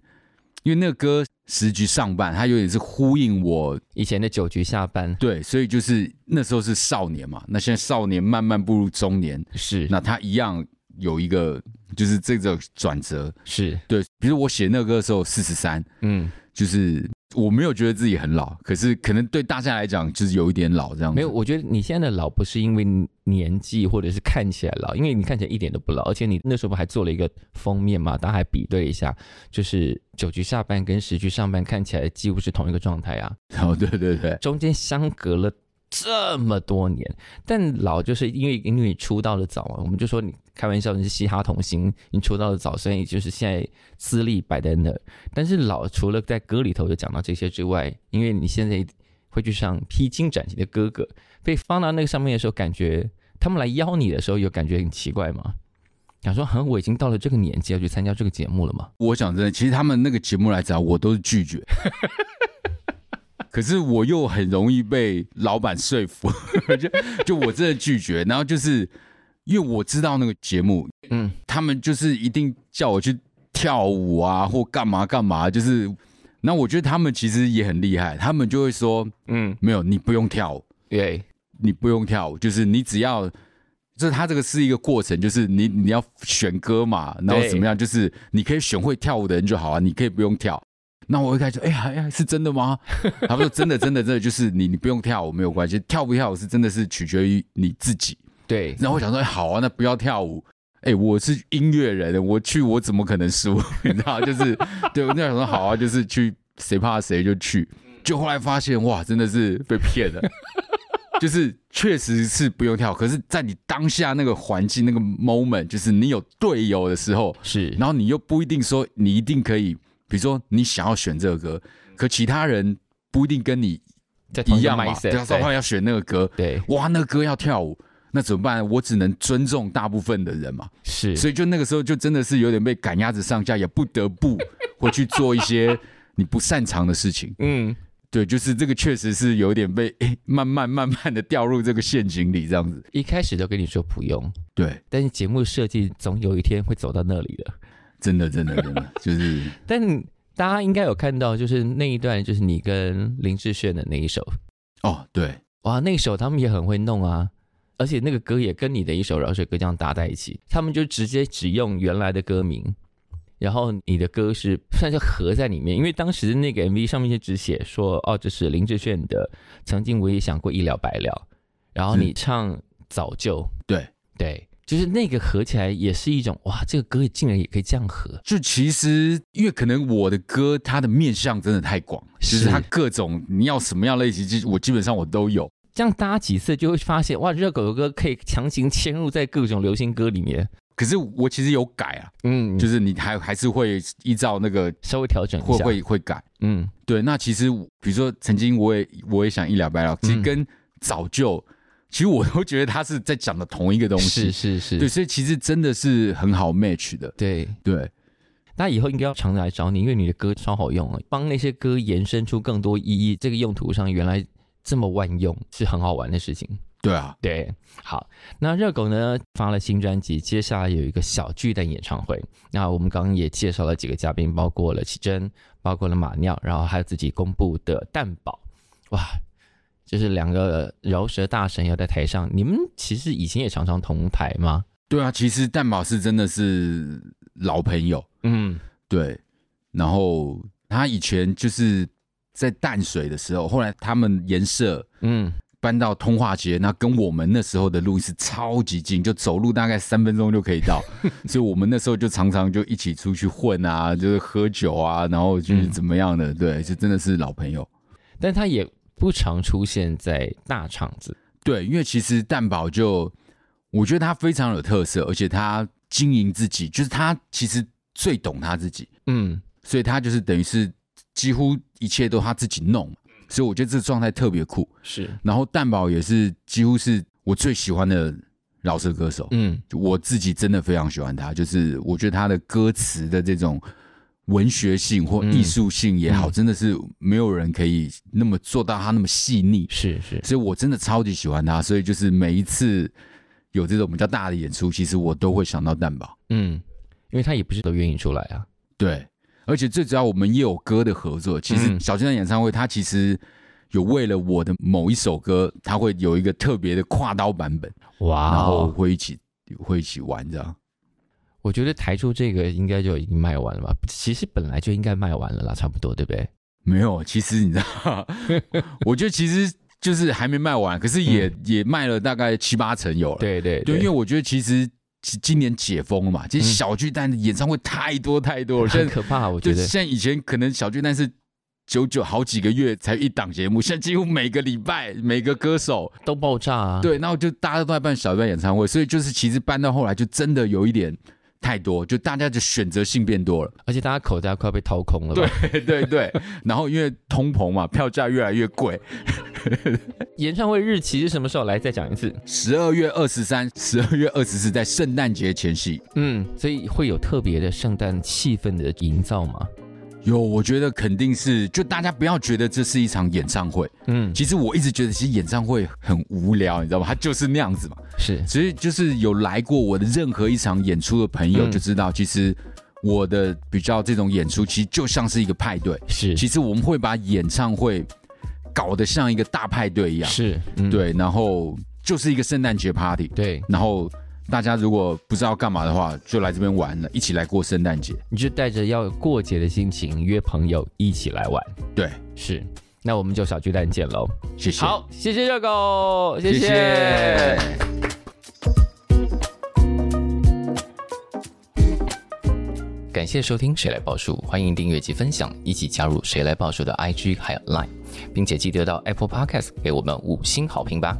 Speaker 2: 因为那个歌时局上半，它有点是呼应我
Speaker 1: 以前的酒局下班
Speaker 2: 对，所以就是那时候是少年嘛，那现在少年慢慢步入中年，
Speaker 1: 是
Speaker 2: 那他一样有一个就是这种转折，
Speaker 1: 是
Speaker 2: 对，比如我写那个歌的时候四十三，
Speaker 1: 嗯，
Speaker 2: 就是我没有觉得自己很老，可是可能对大家来讲就是有一点老这样子，
Speaker 1: 没有，我觉得你现在的老不是因为年纪或者是看起来老，因为你看起来一点都不老，而且你那时候不还做了一个封面嘛，大家还比对了一下，就是九局下班跟十局上班看起来几乎是同一个状态啊，
Speaker 2: 哦，对对对，
Speaker 1: 中间相隔了这么多年，但老就是因为因为你出道的早嘛，我们就说你开玩笑你是嘻哈童星，你出道的早，所以就是现在资历摆在那儿。但是老除了在歌里头有讲到这些之外，因为你现在会去上披荆斩棘的哥哥，被放到那个上面的时候，感觉他们来邀你的时候，有感觉很奇怪吗？想说，好像我已经到了这个年纪要去参加这个节目了嘛？
Speaker 2: 我讲真的，其实他们那个节目来找我都是拒绝， [laughs] 可是我又很容易被老板说服， [laughs] 就就我真的拒绝，然后就是因为我知道那个节目，
Speaker 1: 嗯，
Speaker 2: 他们就是一定叫我去跳舞啊或干嘛干嘛，就是。那我觉得他们其实也很厉害，他们就会说
Speaker 1: 嗯，
Speaker 2: 没有，你不用跳舞，
Speaker 1: 对，
Speaker 2: 你不用跳舞，就是你只要，就是它这个是一个过程，就是你你要选歌嘛，然后
Speaker 1: 对
Speaker 2: 怎么样，就是你可以选会跳舞的人就好啊，你可以不用跳。那我一开始，哎呀哎呀，是真的吗？他们说真的真的真的，就是你你不用跳舞没有关系，跳不跳舞是真的是取决于你自己。
Speaker 1: 对，
Speaker 2: 然后我想说，哎好啊，那不要跳舞。哎、我是音乐人，我去我怎么可能输？ [laughs] 你知道，就是对我那想说好啊，就是去谁怕谁就去。
Speaker 1: 嗯
Speaker 2: 就后来发现，哇，真的是被骗了。 [laughs] 就是确实是不用跳，可是，在你当下那个环境、那个 moment，就是你有队友的时候，
Speaker 1: 是，
Speaker 2: 然后你又不一定说你一定可以，比如说你想要选这个歌，可其他人不一定跟你
Speaker 1: 在同
Speaker 2: 一
Speaker 1: 一个
Speaker 2: 样嘛，
Speaker 1: mindset，
Speaker 2: 对啊，他们要选那个歌，
Speaker 1: 对，
Speaker 2: 哇，那个歌要跳舞，那怎么办？我只能尊重大部分的人嘛，
Speaker 1: 是，
Speaker 2: 所以就那个时候就真的是有点被赶鸭子上架，也不得不会去做一些 [laughs] 你不擅长的事情。
Speaker 1: 嗯，
Speaker 2: 对，就是这个确实是有点被、诶慢慢慢慢的掉入这个陷阱里这样子。
Speaker 1: 一开始都跟你说不用，
Speaker 2: 对，
Speaker 1: 但是节目设计总有一天会走到那里的。
Speaker 2: 真的真的真的 [laughs] 就是
Speaker 1: 但大家应该有看到，就是那一段，就是你跟林志炫的那一首，
Speaker 2: 哦，对
Speaker 1: 哇，那一首他们也很会弄啊，而且那个歌也跟你的一首饶舌歌这样搭在一起，他们就直接只用原来的歌名。然后你的歌是算是合在里面，因为当时那个 MV 上面就只写说，哦，这是林志炫的《曾经我也想过一了百了》，然后你唱《早就》，
Speaker 2: 嗯对，
Speaker 1: 对，就是那个合起来也是一种哇，这个歌竟然也可以这样合，
Speaker 2: 就其实因为可能我的歌它的面向真的太广，其实
Speaker 1: 是
Speaker 2: 它各种你要什么样类型，其实我基本上我都有。
Speaker 1: 这样搭几次就会发现哇，热狗的歌可以强行嵌入在各种流行歌里面，
Speaker 2: 可是我其实有改啊，
Speaker 1: 嗯，
Speaker 2: 就是是你还还是会依照那个
Speaker 1: 稍微调整一
Speaker 2: 会
Speaker 1: 下，
Speaker 2: 会会改。
Speaker 1: 嗯，
Speaker 2: 对，那其实我比如说，曾经我也我也想一了百了，其实
Speaker 1: 嗯
Speaker 2: 跟早就，其实我都觉得他是在讲的同一个东
Speaker 1: 是
Speaker 2: 西。
Speaker 1: 是是，
Speaker 2: 对，所以其实真的是很好 match 的。
Speaker 1: 对，
Speaker 2: 对，
Speaker 1: 那以后应该要常来找你，因为你的歌超好用啊，帮那些歌延伸出更多意义，这个用途上原来这么万用，是很好玩的事情。
Speaker 2: 对啊，
Speaker 1: 对，好，那热狗呢发了新专辑，接下来有一个小巨蛋演唱会。那我们刚刚也介绍了几个嘉宾，包括了奇珍，包括了马尿，然后还有自己公布的蛋宝，哇，就是两个饶舌大神要在台上。你们其实以前也常常同台吗？
Speaker 2: 对啊，其实蛋宝是真的是老朋友，
Speaker 1: 嗯，
Speaker 2: 对。然后他以前就是在淡水的时候，后来他们颜社
Speaker 1: 嗯，
Speaker 2: 搬到通化街，那跟我们那时候的路易斯超级近，就走路大概三分钟就可以到，所以我们那时候就常常就一起出去混啊，就是喝酒啊，然后就是怎么样的，对，就真的是老朋友。
Speaker 1: 但他也不常出现在大场子。
Speaker 2: 对，因为其实蛋宝就，我觉得他非常有特色，而且他经营自己，就是他其实最懂他自己，
Speaker 1: 嗯，
Speaker 2: 所以他就是等于是几乎一切都他自己弄。所以我觉得这状态特别酷。
Speaker 1: 是，
Speaker 2: 然后蛋宝也是几乎是我最喜欢的饶舌歌手，
Speaker 1: 嗯，
Speaker 2: 就我自己真的非常喜欢他，就是我觉得他的歌词的这种文学性或艺术性也好，
Speaker 1: 嗯
Speaker 2: 真的是没有人可以那么做到他那么细腻，
Speaker 1: 是是，
Speaker 2: 所以我真的超级喜欢他，所以就是每一次有这种比较大的演出，其实我都会想到蛋宝。
Speaker 1: 嗯，因为他也不是都愿意出来啊，
Speaker 2: 对，而且最主要我们也有歌的合作。其实
Speaker 1: 嗯
Speaker 2: 小巨蛋演唱会，它其实有为了我的某一首歌，它会有一个特别的跨刀版本，然
Speaker 1: 哇
Speaker 2: 后
Speaker 1: 哦，
Speaker 2: 会一起会一起玩这样。
Speaker 1: 我觉得台柱这个应该就已经卖完了吧？其实本来就应该卖完了啦，差不多，对不对？
Speaker 2: 没有，其实你知道， [laughs] 我觉得其实就是还没卖完，可是也、也卖了大概七八成有了。
Speaker 1: 嗯对对
Speaker 2: 对，因为我觉得其实其今年解封了嘛，其实
Speaker 1: 嗯
Speaker 2: 小巨蛋的演唱会太多太多了，现
Speaker 1: [laughs] 很
Speaker 2: 在
Speaker 1: 可怕，我
Speaker 2: 就
Speaker 1: 觉得
Speaker 2: 像以前可能小巨蛋是久久好几个月才一档节
Speaker 1: 嗯
Speaker 2: 目，现在几乎每个礼拜每个歌手
Speaker 1: 都爆炸啊，
Speaker 2: 对，然后就大家都在办小巨蛋演唱会，所以就是其实办到后来就真的有一点太多，就大家的选择性
Speaker 1: [laughs]
Speaker 2: 变多了。
Speaker 1: 而且大家口袋快要被掏空了 [laughs] 吧？
Speaker 2: 对对对，然后因为通膨嘛，票价越来越贵。
Speaker 1: 演唱会日期是什么时候？来再讲一次。
Speaker 2: 十二月二十三、十二月二十四在圣诞节前夕，
Speaker 1: 嗯，所以会有特别的圣诞气氛的营造吗？
Speaker 2: 有我觉得肯定是，就大家不要觉得这是一场演唱会。
Speaker 1: 嗯，
Speaker 2: 其实我一直觉得，其实演唱会很无聊，你知道吗？它就是那样子嘛。
Speaker 1: 是
Speaker 2: 其实就是有来过我的任何一场演出的朋友
Speaker 1: 嗯
Speaker 2: 就知道，其实我的比较这种演出，其实就像是一个派对。
Speaker 1: 是
Speaker 2: 其实我们会把演唱会搞得像一个大派对一样，
Speaker 1: 是，嗯
Speaker 2: 对，然后就是一个圣诞节 party，
Speaker 1: 对，
Speaker 2: 然后大家如果不知道干嘛的话，就来这边玩了，一起来过圣诞节。
Speaker 1: 你就带着要过节的心情约朋友一起来玩。
Speaker 2: 对，
Speaker 1: 是，那我们就小巨蛋见喽。
Speaker 2: 谢谢，，
Speaker 1: 好，谢谢热狗，谢
Speaker 2: 谢谢。
Speaker 1: 感谢收听《谁来报数》，欢迎订阅及分享，一起加入《谁来报数》的 IG 还有 Line，并且记得到 Apple Podcast 给我们五星好评吧。